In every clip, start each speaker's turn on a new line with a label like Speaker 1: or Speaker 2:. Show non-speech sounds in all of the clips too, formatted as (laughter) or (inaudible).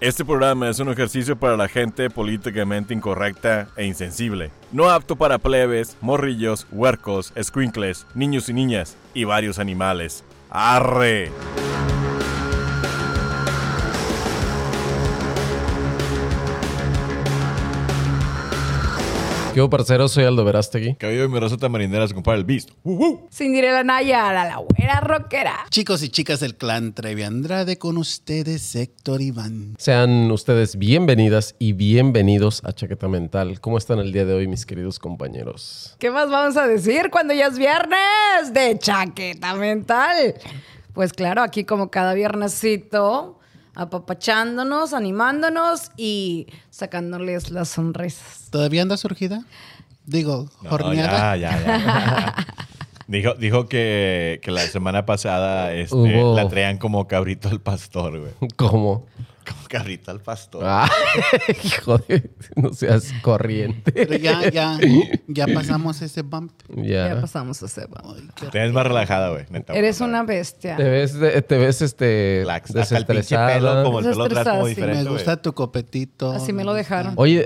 Speaker 1: Este programa es un ejercicio para la gente políticamente incorrecta e insensible. No apto para plebes, morrillos, huercos, squinkles, niños y niñas y varios animales. ¡Arre!
Speaker 2: ¿Qué hubo, parcero? Soy Aldo Verástegui.
Speaker 1: Cabello de mi raza tamarindera se compara el beast. ¡Uh, uh!
Speaker 3: Cinderella Nayara, la güera rockera.
Speaker 4: Chicos y chicas del clan Trevi Andrade, con ustedes Héctor Iván.
Speaker 2: Sean ustedes bienvenidas y bienvenidos a Chaqueta Mental. ¿Cómo están el día de hoy, mis queridos compañeros? (laughs)
Speaker 3: ¿Qué más vamos a decir cuando ya es viernes de chaqueta mental? Pues claro, aquí como cada viernesito, apapachándonos, animándonos y sacándoles las sonrisas.
Speaker 4: ¿Todavía anda surgida? Digo,
Speaker 1: No,
Speaker 4: jorneada.
Speaker 1: ya, ya,
Speaker 3: (laughs)
Speaker 1: ya. dijo dijo que, que la semana pasada este,
Speaker 2: Hubo-
Speaker 1: la traían como cabrito al pastor, güey.
Speaker 2: ¿Cómo?
Speaker 1: Como cabrito al pastor.
Speaker 2: Ah, (laughs) hijo de... No seas corriente.
Speaker 4: Pero ya, ya,
Speaker 1: (laughs)
Speaker 4: ya pasamos ese bump.
Speaker 3: Ya
Speaker 2: Ya.
Speaker 3: pasamos a Seba.
Speaker 4: Ay, qué-
Speaker 1: Te ves más relajada, güey. neta,
Speaker 3: Eres
Speaker 1: güey.
Speaker 3: una bestia.
Speaker 2: Te ves, de- te ves este,
Speaker 1: Relax. Hasta el pinche pelo,
Speaker 2: desestresada.
Speaker 1: como el pelo atrás, como
Speaker 3: Desestresada, sí.
Speaker 1: diferente.
Speaker 4: me
Speaker 1: güey.
Speaker 4: gusta tu copetito.
Speaker 3: Así me
Speaker 4: me
Speaker 3: lo
Speaker 4: gusta.
Speaker 3: dejaron.
Speaker 2: Oye,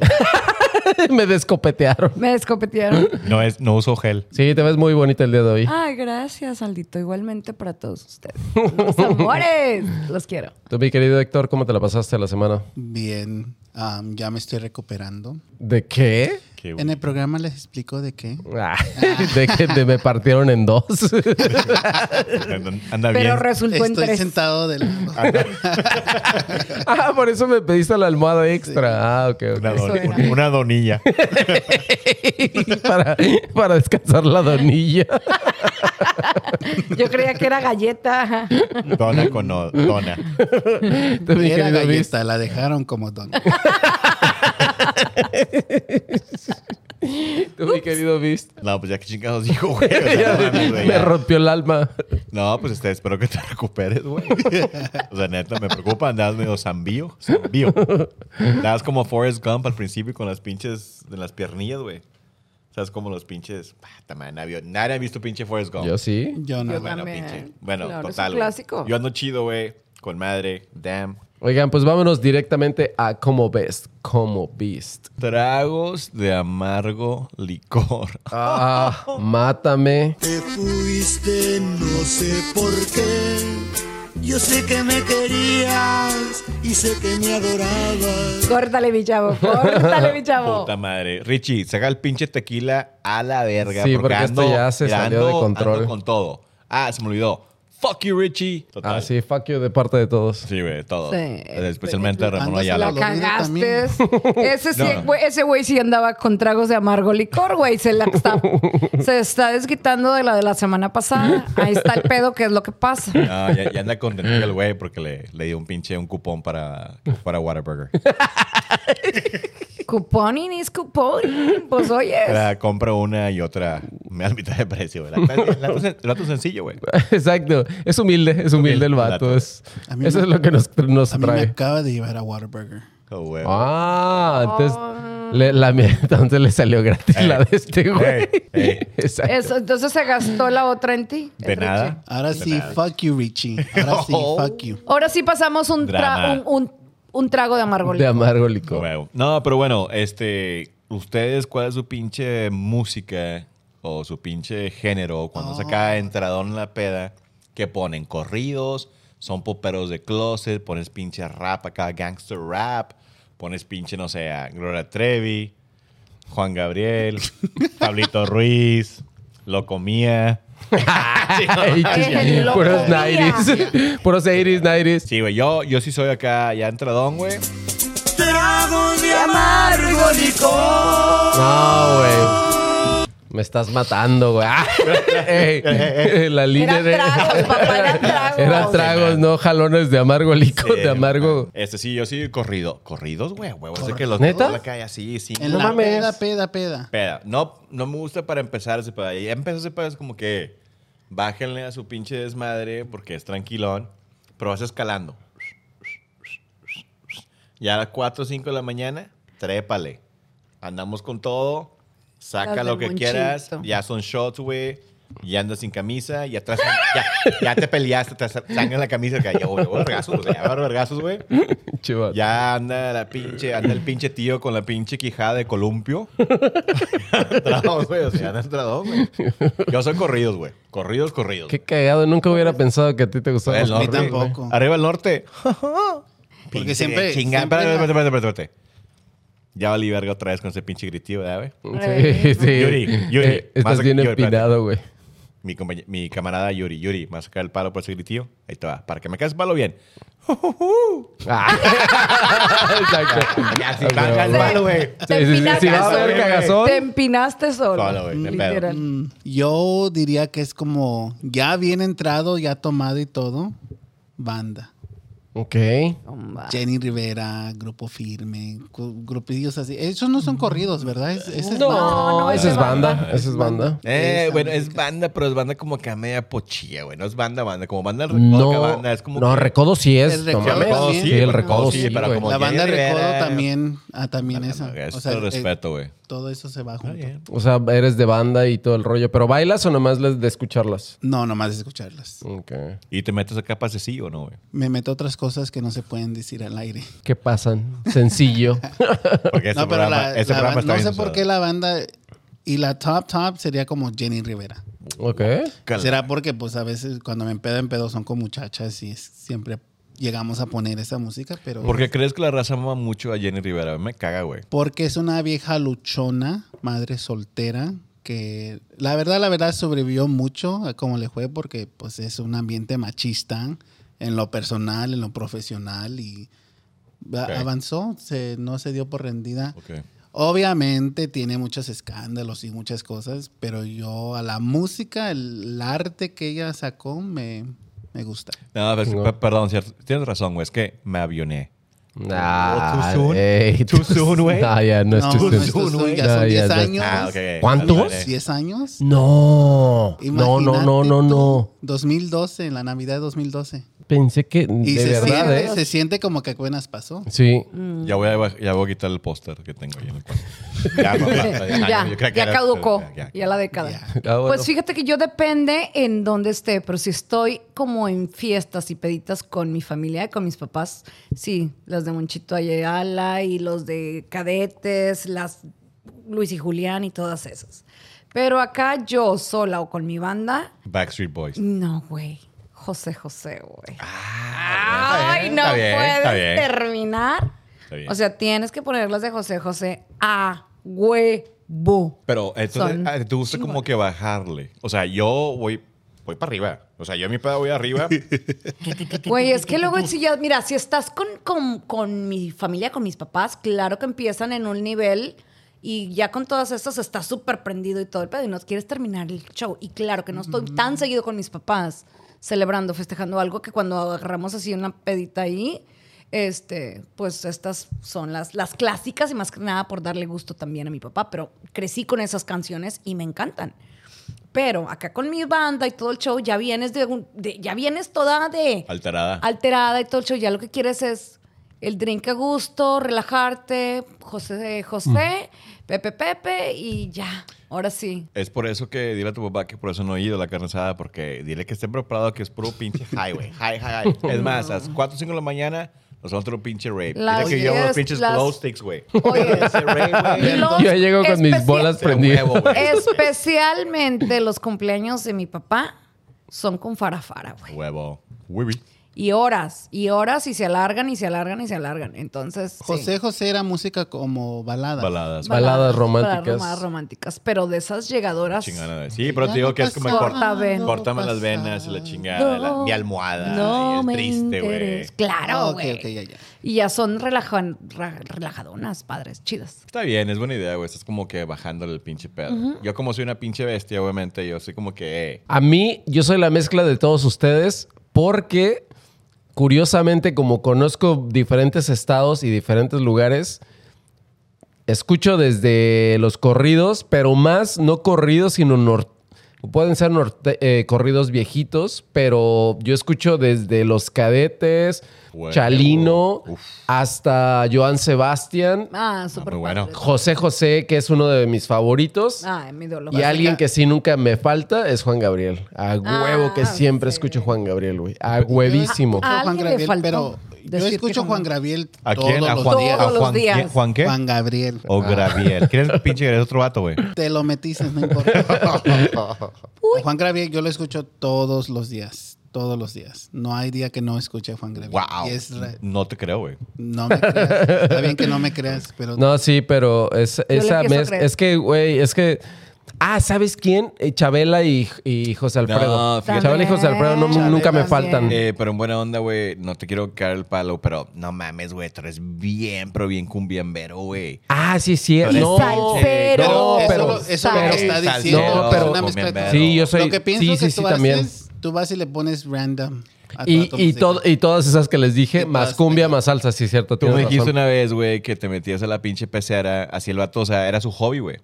Speaker 2: (laughs) me descopetearon.
Speaker 3: Me descopetearon.
Speaker 1: No, es, no uso gel.
Speaker 2: Sí, te ves muy bonita el día de hoy.
Speaker 3: Ay, gracias, Aldito. Igualmente para todos ustedes. Los amores. Los quiero.
Speaker 2: Tú, mi querido Héctor, ¿cómo te la pasaste la semana?
Speaker 4: Bien, am, ya me estoy recuperando.
Speaker 2: ¿De qué?
Speaker 1: Qué
Speaker 4: En el programa les explico de qué.
Speaker 2: Ah, (laughs) de que te me partieron en dos.
Speaker 1: güey. Anda
Speaker 3: Pero
Speaker 1: bien.
Speaker 3: resultó en
Speaker 4: Estoy
Speaker 3: tres.
Speaker 4: sentado
Speaker 1: (laughs)
Speaker 4: del (laughs)
Speaker 2: ah, por eso me pediste la almohada extra. Ah, ok, ok.
Speaker 1: Una, don-
Speaker 3: Eso era.
Speaker 1: un- una donilla.
Speaker 2: (laughs) para, para descansar la donilla.
Speaker 3: Yo creía que era galleta.
Speaker 1: Dona con o- dona.
Speaker 2: Tú, mi
Speaker 4: Era
Speaker 2: querido Vic.
Speaker 4: galleta, la dejaron como
Speaker 1: (laughs)
Speaker 4: don.
Speaker 2: Tú, mi querido Vist.
Speaker 1: No, pues ya que chingados dijo,
Speaker 2: (laughs)
Speaker 1: güey. O sea, no mames, güey,
Speaker 2: me
Speaker 1: ya.
Speaker 2: rompió el alma.
Speaker 1: No, pues este, espero que te (laughs) recuperes, güey. O sea, neta, me preocupa. Andabas medio zambío. Zambío. Andabas como Forrest Gump al principio con las pinches de las piernillas, güey. ¿Sabes? Como los pinches. bah, ta madre, nadie, nadie ha visto pinche Forrest Gump.
Speaker 2: Yo sí.
Speaker 4: Yo no.
Speaker 3: Yo
Speaker 1: Bueno,
Speaker 3: También.
Speaker 1: pinche. Bueno,
Speaker 3: Claro, es un
Speaker 1: total. güey.
Speaker 3: clásico.
Speaker 1: Yo ando chido, güey. Con madre. Damn.
Speaker 2: Oigan, pues vámonos directamente a como best, como Vist.
Speaker 1: Tragos de amargo licor.
Speaker 2: Ah, mátame.
Speaker 5: Te fuiste, no sé por qué. Yo sé que me querías y sé que me adorabas.
Speaker 3: Córtale, mi
Speaker 1: (laughs)
Speaker 3: chavo. Córtale, mi chavo.
Speaker 1: Puta madre. Richie, saca el pinche tequila a la verga.
Speaker 2: Sí, porque esto ya se
Speaker 1: mira,
Speaker 2: salió de
Speaker 1: ando-
Speaker 2: control.
Speaker 1: ando con todo. Ah, se me olvidó. Fuck you, Richie. Total.
Speaker 2: Ah, sí, fuck you de parte de todos. (laughs)
Speaker 1: Sí, güey, todo. Eh,
Speaker 3: Sí.
Speaker 1: Especialmente a Ramón
Speaker 4: Ando
Speaker 3: La
Speaker 1: Ayala.
Speaker 4: Lo olvido
Speaker 3: cagaste.
Speaker 1: (laughs)
Speaker 3: Ese sí,
Speaker 1: No.
Speaker 3: güey- ese güey sí andaba con tragos de amargo licor, güey. Se la
Speaker 1: (laughs)
Speaker 3: está, se está desquitando de la de la semana pasada. Ahí está el pedo, que es lo que pasa.
Speaker 1: No, ya, ya anda contento el güey porque le, le dio un pinche un cupón para, para Whataburger.
Speaker 3: Cupón y ni cupón. Pues oye.
Speaker 1: Era, compra una y otra me da mitad de precio, güey. La- la- la- El dato sencillo, güey.
Speaker 2: Exacto. Es humilde, es humilde el
Speaker 1: Humilde,
Speaker 2: vato.
Speaker 1: vato.
Speaker 2: Es,
Speaker 4: A mí
Speaker 2: eso
Speaker 4: me-
Speaker 2: es lo que nos, nos
Speaker 4: A mí me
Speaker 2: trae.
Speaker 4: acaba de llevar a Waterburger.
Speaker 1: Oh, güey.
Speaker 2: Ah, entonces,
Speaker 3: Oh,
Speaker 2: le, la mía, (laughs) entonces le salió gratis
Speaker 1: Ey.
Speaker 2: la de este güey.
Speaker 1: Ey,
Speaker 2: (laughs)
Speaker 1: ey.
Speaker 2: Exacto.
Speaker 3: Eso, entonces se gastó la otra en ti.
Speaker 1: De
Speaker 3: Enrique.
Speaker 1: nada. Oh.
Speaker 4: Ahora sí, fuck you,
Speaker 1: (laughs)
Speaker 4: Richie. Ahora sí, fuck you.
Speaker 3: Ahora sí pasamos un, tra-
Speaker 1: Drama.
Speaker 3: un, un- un trago de amargo
Speaker 2: De
Speaker 3: licor.
Speaker 2: amargo licor.
Speaker 1: Huevo. No, pero bueno, este, ustedes, ¿cuál es su pinche música o su pinche género cuando se acaba entradón en la peda? Que ponen corridos, son poperos de closet, pones pinche rap acá, gangster rap, pones pinche, no sé, a Gloria Trevi,
Speaker 2: (laughs)
Speaker 1: Juan Gabriel, Pablito Ruiz, Lo Comía.
Speaker 2: (laughs)
Speaker 3: (laughs)
Speaker 2: Ay,
Speaker 3: Déjenlo
Speaker 2: chis- puros
Speaker 3: comía.
Speaker 2: 90s. (laughs) Puros 80s, 90s.
Speaker 1: Sí, güey, yo, yo sí soy acá ya entradón, güey.
Speaker 5: Trago de amargo licor.
Speaker 2: No, güey. Me estás matando, güey. (laughs) Ah, ey, (laughs) la línea
Speaker 3: Eran tragos, papá,
Speaker 2: (laughs)
Speaker 3: eran tragos.
Speaker 2: Eran tragos, no jalones de amargo licor,
Speaker 1: Sí,
Speaker 2: de amargo.
Speaker 1: Este sí, yo sí corrido. Corridos, güey, huevo. Ese que los
Speaker 2: ¿Neta?
Speaker 1: la calle así, sí.
Speaker 4: En
Speaker 2: No
Speaker 4: la
Speaker 2: mames.
Speaker 4: peda, peda, peda.
Speaker 1: Peda. No, no me gusta para empezar ese pedo. Ya empezó ese pedo, es como que bájenle a su pinche desmadre porque es tranquilón, pero vas escalando. Ya a las 4 o 5 de la mañana, trépale. Andamos con todo, saca
Speaker 3: Las
Speaker 1: lo
Speaker 3: del
Speaker 1: que quieras.
Speaker 3: monchito.
Speaker 1: Ya son shots, güey. y andas sin camisa y atrás ya, ya te peleaste, te sangre en la camisa, que ya hubo vergazos, güey, ya hubo vergazos, güey.
Speaker 2: Chivato.
Speaker 1: Ya anda la pinche, anda el pinche tío con la pinche quijada de columpio. Entrados, güey, o sea, anda entrados, güey. Yo soy corridos, güey. Corridos, corridos.
Speaker 2: Qué cagado. Nunca hubiera
Speaker 3: Pues-
Speaker 2: pensado que a ti te gustaban
Speaker 1: Arriba
Speaker 2: los
Speaker 1: el norte,
Speaker 2: corridos, güey.
Speaker 4: tampoco.
Speaker 1: Arriba el norte.
Speaker 4: Porque siempre-
Speaker 1: Chingada.
Speaker 4: siempre
Speaker 1: Espérate,
Speaker 4: la-
Speaker 1: espérate, espérate, espérate. Ya valí verga otra vez con ese pinche gritillo, ¿verdad, güey?
Speaker 2: Sí, sí.
Speaker 1: Yuri, Yuri,
Speaker 2: Eh, estás
Speaker 1: más-
Speaker 2: bien
Speaker 1: Yuri, espérate.
Speaker 2: empinado, güey.
Speaker 1: Mi, compañe- mi camarada Yuri, Yuri, me va a sacar el palo por ese gritillo. Ahí te va. Para que me caes palo bien.
Speaker 2: Ah.
Speaker 1: (laughs)
Speaker 2: Exacto.
Speaker 1: Ya, si baja el palo, güey.
Speaker 2: Sí, sí, sí, sí,
Speaker 3: empinaste
Speaker 2: va a haber
Speaker 3: solo.
Speaker 2: cagazón.
Speaker 3: Te empinaste solo.
Speaker 1: Solo, güey, de pedo.
Speaker 3: literal.
Speaker 4: Mm, Yo diría que es como ya bien entrado, ya tomado y todo. Banda.
Speaker 2: Ok.
Speaker 3: Toma.
Speaker 4: Jenny Rivera, Grupo Firme, cu- grupillos así. Esos no son corridos, ¿verdad? Es, esa es banda.
Speaker 3: no,
Speaker 2: esa es
Speaker 3: es
Speaker 2: banda. Esa es banda.
Speaker 1: Eh,
Speaker 4: Esa
Speaker 1: bueno,
Speaker 4: música.
Speaker 1: es banda, pero es banda como que a media pochilla, güey. No es banda, banda. Como banda recodo, que
Speaker 2: No,
Speaker 1: banda. Es como
Speaker 2: no,
Speaker 1: que-
Speaker 2: recodo sí es. no
Speaker 4: El Recodo
Speaker 2: mames.
Speaker 4: también.
Speaker 2: sí, el recodo sí,
Speaker 1: pero
Speaker 2: güey.
Speaker 1: como
Speaker 4: La banda
Speaker 1: Jenny Rivera,
Speaker 4: Recodo también, ah, también esa.
Speaker 1: no, Es
Speaker 4: O sea,
Speaker 1: todo
Speaker 4: eh,
Speaker 1: respeto, güey.
Speaker 4: todo eso se va junto.
Speaker 2: O sea, eres de banda y todo el rollo. ¿Pero bailas o nomás les- de escucharlas?
Speaker 4: No, nomás escucharlas.
Speaker 2: Ok.
Speaker 1: ¿Y te metes acá pasecillo o no, güey?
Speaker 4: Me meto a otras cosas que no se pueden decir al aire.
Speaker 2: ¿Qué pasan? (laughs) Sencillo.
Speaker 4: (laughs)
Speaker 1: Porque este
Speaker 4: no, pero
Speaker 1: programa,
Speaker 4: la-
Speaker 1: este
Speaker 4: la
Speaker 1: programa
Speaker 4: ban-
Speaker 1: está
Speaker 4: no
Speaker 1: bien
Speaker 4: sé por qué la banda y la top top sería como Jenny Rivera.
Speaker 2: ok.
Speaker 1: Cala.
Speaker 4: Será porque pues a veces cuando me empedo, empedo son con muchachas y es- siempre llegamos a poner esa música, pero
Speaker 1: Porque crees que la raza ama mucho a Jenny Rivera. Me caga, güey.
Speaker 4: porque es una vieja luchona, madre soltera que la verdad la verdad sobrevivió mucho a cómo le fue porque pues es un ambiente machista en lo personal, en lo profesional y a-
Speaker 1: Ok.
Speaker 4: avanzó, se, no se dio por rendida.
Speaker 1: Ok.
Speaker 4: Obviamente tiene muchos escándalos y muchas cosas, pero yo a la música, el, el arte que ella sacó me, me gusta.
Speaker 1: No, pues,
Speaker 2: No.
Speaker 1: pe- perdón, cier- tienes razón, güey. Es que me avioné.
Speaker 2: Nah,
Speaker 1: Oh, too soon.
Speaker 2: ey,
Speaker 1: Too soon, güey.
Speaker 2: Nah, ya, no es too
Speaker 4: no
Speaker 2: soon.
Speaker 4: es too soon, ya
Speaker 2: No,
Speaker 4: son 10
Speaker 2: no es-
Speaker 4: años.
Speaker 1: Ah, ok.
Speaker 2: ¿Cuántos?
Speaker 1: Avioné.
Speaker 4: 10 años.
Speaker 2: No. No, no,
Speaker 4: Imagínate
Speaker 2: no, no,
Speaker 4: tú,
Speaker 2: no.
Speaker 4: 2012, en la Navidad de 2012.
Speaker 2: Pensé que
Speaker 4: Y
Speaker 2: de
Speaker 4: se,
Speaker 2: verdad,
Speaker 4: siente,
Speaker 2: ¿eh?
Speaker 4: se siente como que apenas pasó.
Speaker 2: Sí.
Speaker 1: Ya voy, a, ya voy a quitar el póster que tengo ahí en
Speaker 4: (laughs)
Speaker 1: el cuarto. Ya, papá,
Speaker 3: Ya,
Speaker 1: yo creo que
Speaker 3: ya
Speaker 1: era-
Speaker 3: caducó.
Speaker 1: ya,
Speaker 3: Ya la década.
Speaker 4: Ya.
Speaker 2: Ah, bueno.
Speaker 3: Pues fíjate que yo depende en dónde esté, pero si estoy como en fiestas y peditas con mi familia, con mis papás, sí, las de Monchito Ayala y los de cadetes, las Luis y Julián y todas esas. Pero acá yo sola o con mi banda,
Speaker 1: Backstreet Boys.
Speaker 3: no, güey. José José, güey.
Speaker 1: está
Speaker 3: Ay,
Speaker 1: bien,
Speaker 3: no
Speaker 1: Ah, está bien, está
Speaker 3: puedes
Speaker 1: bien.
Speaker 3: terminar.
Speaker 1: Está bien.
Speaker 3: O sea, tienes que poner las de José José a huevo.
Speaker 1: Pero entonces
Speaker 3: Son
Speaker 1: ah, te gusta como que bajarle. O sea, yo voy, voy para arriba. O sea, yo en mi pedo
Speaker 4: (laughs)
Speaker 1: voy arriba.
Speaker 3: Güey, es que luego si ya, mira, si estás con, con, con mi familia, con mis papás, claro que empiezan en un nivel y ya con todas estas estás súper prendido y todo el pedo y no quieres terminar el show. Y claro que no estoy tan seguido con mis papás celebrando, festejando algo que cuando agarramos así una pedita ahí, este, pues estas son las, las clásicas y más que nada por darle gusto también a mi papá, pero crecí con esas canciones y me encantan. Pero acá con mi banda y todo el show ya vienes de, un- de- ya vienes toda de
Speaker 1: alterada.
Speaker 3: alterada y todo el show. Ya lo que quieres es el drink a gusto, relajarte, José José,
Speaker 1: Mm.
Speaker 3: Pepe Pepe y ya. Ahora
Speaker 1: (laughs)
Speaker 3: sí.
Speaker 1: es por eso que dile a tu papá que por eso no he ido a la carne asada, porque dile que esté preparado que es puro pinche highway. High, high, high. Es más, a las 4 o 5 de la mañana nos vamos a hacer un pinche rape.
Speaker 3: Las
Speaker 1: Dile que llevo
Speaker 3: diez,
Speaker 1: los pinches
Speaker 3: las-
Speaker 1: glow sticks, güey.
Speaker 3: (laughs) Oye.
Speaker 1: Ese rape, güey.
Speaker 3: Los
Speaker 2: Yo llego con mis
Speaker 3: especi-
Speaker 2: bolas
Speaker 1: Ese
Speaker 2: prendidas.
Speaker 1: huevo, güey.
Speaker 3: Especialmente los cumpleaños de mi papá son con farafara, güey.
Speaker 1: Huevo. Huevi.
Speaker 3: Y horas, y horas, y se alargan, y se alargan, y se alargan. Entonces. sí.
Speaker 4: José José era música como balada.
Speaker 1: Baladas.
Speaker 2: Baladas románticas.
Speaker 3: Baladas románticas, pero de esas llegadoras.
Speaker 1: Chingada. de- Sí, pero te digo que es como
Speaker 3: Corta
Speaker 1: corta-
Speaker 3: venas.
Speaker 1: córtame las venas y la chingada, la- mi almohada, y el triste, güey. Ah,
Speaker 3: interesa. Claro,
Speaker 4: ok,
Speaker 3: güey.
Speaker 4: ok, ya, ya.
Speaker 3: Y ya son relajan- ra- relajadonas, padres, chidas.
Speaker 1: Está bien, es buena idea, güey. Estás como que bajándole el pinche pedo. Yo como soy una pinche bestia, obviamente, yo soy como que... eh,
Speaker 2: A mí, yo soy la mezcla de todos ustedes porque, curiosamente, como conozco diferentes estados y diferentes lugares, escucho desde los corridos, pero más no corridos, sino nor- Pueden ser norte- eh, corridos viejitos, pero yo escucho desde Los Cadetes,
Speaker 1: Huevo.
Speaker 2: Chalino,
Speaker 1: Uf.
Speaker 2: hasta Joan Sebastián,
Speaker 3: Ah, súper
Speaker 1: muy bueno.
Speaker 3: padre.
Speaker 2: José José, que es uno de mis favoritos.
Speaker 3: Ah, mi dolor.
Speaker 2: Y alguien que sí nunca me falta es Juan Gabriel. A huevo que siempre escucho Juan Gabriel, güey. A huevísimo.
Speaker 3: Ah, A
Speaker 4: Juan
Speaker 3: alguien le
Speaker 4: Gabriel,
Speaker 3: faltó
Speaker 4: pero yo
Speaker 3: decir que
Speaker 4: escucho
Speaker 3: Juan-
Speaker 4: Juan Gabriel
Speaker 1: ¿A
Speaker 4: todos
Speaker 1: quién? ¿A
Speaker 4: los
Speaker 1: Juan,
Speaker 4: días.
Speaker 1: ¿A
Speaker 3: Todos los
Speaker 1: Juan,
Speaker 3: días.
Speaker 1: ¿quién? ¿Juan qué?
Speaker 4: Juan Gabriel.
Speaker 1: O Gravier. ¿Quién es el pinche Gabriel? Es otro vato, güey.
Speaker 4: Te lo metiste, no importa. A Juan Gabriel yo lo escucho todos los días. Todos los días. No hay día que no escuche a Juan Gabriel.
Speaker 1: Wow.
Speaker 4: Y es re-
Speaker 1: No te creo, güey.
Speaker 4: no me creas. Está bien que no me creas, pero
Speaker 2: No, sí, pero es,
Speaker 3: ah. le
Speaker 2: esa
Speaker 3: empiezo a
Speaker 2: mez-
Speaker 3: creer.
Speaker 2: es que, güey, es que. Ah, ¿sabes quién? Eh, Chabela y, y José Alfredo.
Speaker 1: fíjate.
Speaker 2: Chabela y José Alfredo no-
Speaker 3: También.
Speaker 2: nunca me
Speaker 3: Chabela
Speaker 2: faltan.
Speaker 3: también.
Speaker 1: Eh, pero en buena onda, güey, no te quiero caer el palo, pero no mames, güey, tú eres bien, pero bien cumbiambero, güey.
Speaker 2: Ah, sí, sí.
Speaker 1: Pero
Speaker 2: No,
Speaker 1: es salsero.
Speaker 2: no,
Speaker 4: eso,
Speaker 2: pero.
Speaker 4: lo- eso lo que
Speaker 3: Salsero.
Speaker 4: está diciendo.
Speaker 2: No,
Speaker 4: es
Speaker 2: pero-
Speaker 4: una mezcla de-
Speaker 2: Sí, yo soy.
Speaker 4: lo que pienso
Speaker 2: sí,
Speaker 4: que
Speaker 2: sí,
Speaker 4: tú
Speaker 2: sí,
Speaker 4: haces,
Speaker 2: también.
Speaker 4: tú vas y le pones random. a
Speaker 2: Y,
Speaker 4: toda tu
Speaker 2: y,
Speaker 4: música.
Speaker 2: todo- y todas esas que les dije,
Speaker 4: Y
Speaker 2: más
Speaker 4: todas
Speaker 2: cumbia,
Speaker 4: te-
Speaker 2: más salsa, sí, cierto.
Speaker 1: Tú
Speaker 2: tienes
Speaker 1: me dijiste
Speaker 2: razón.
Speaker 1: una vez, güey, que te metías a la pinche pecera, así el vato, o sea, era su hobby, güey.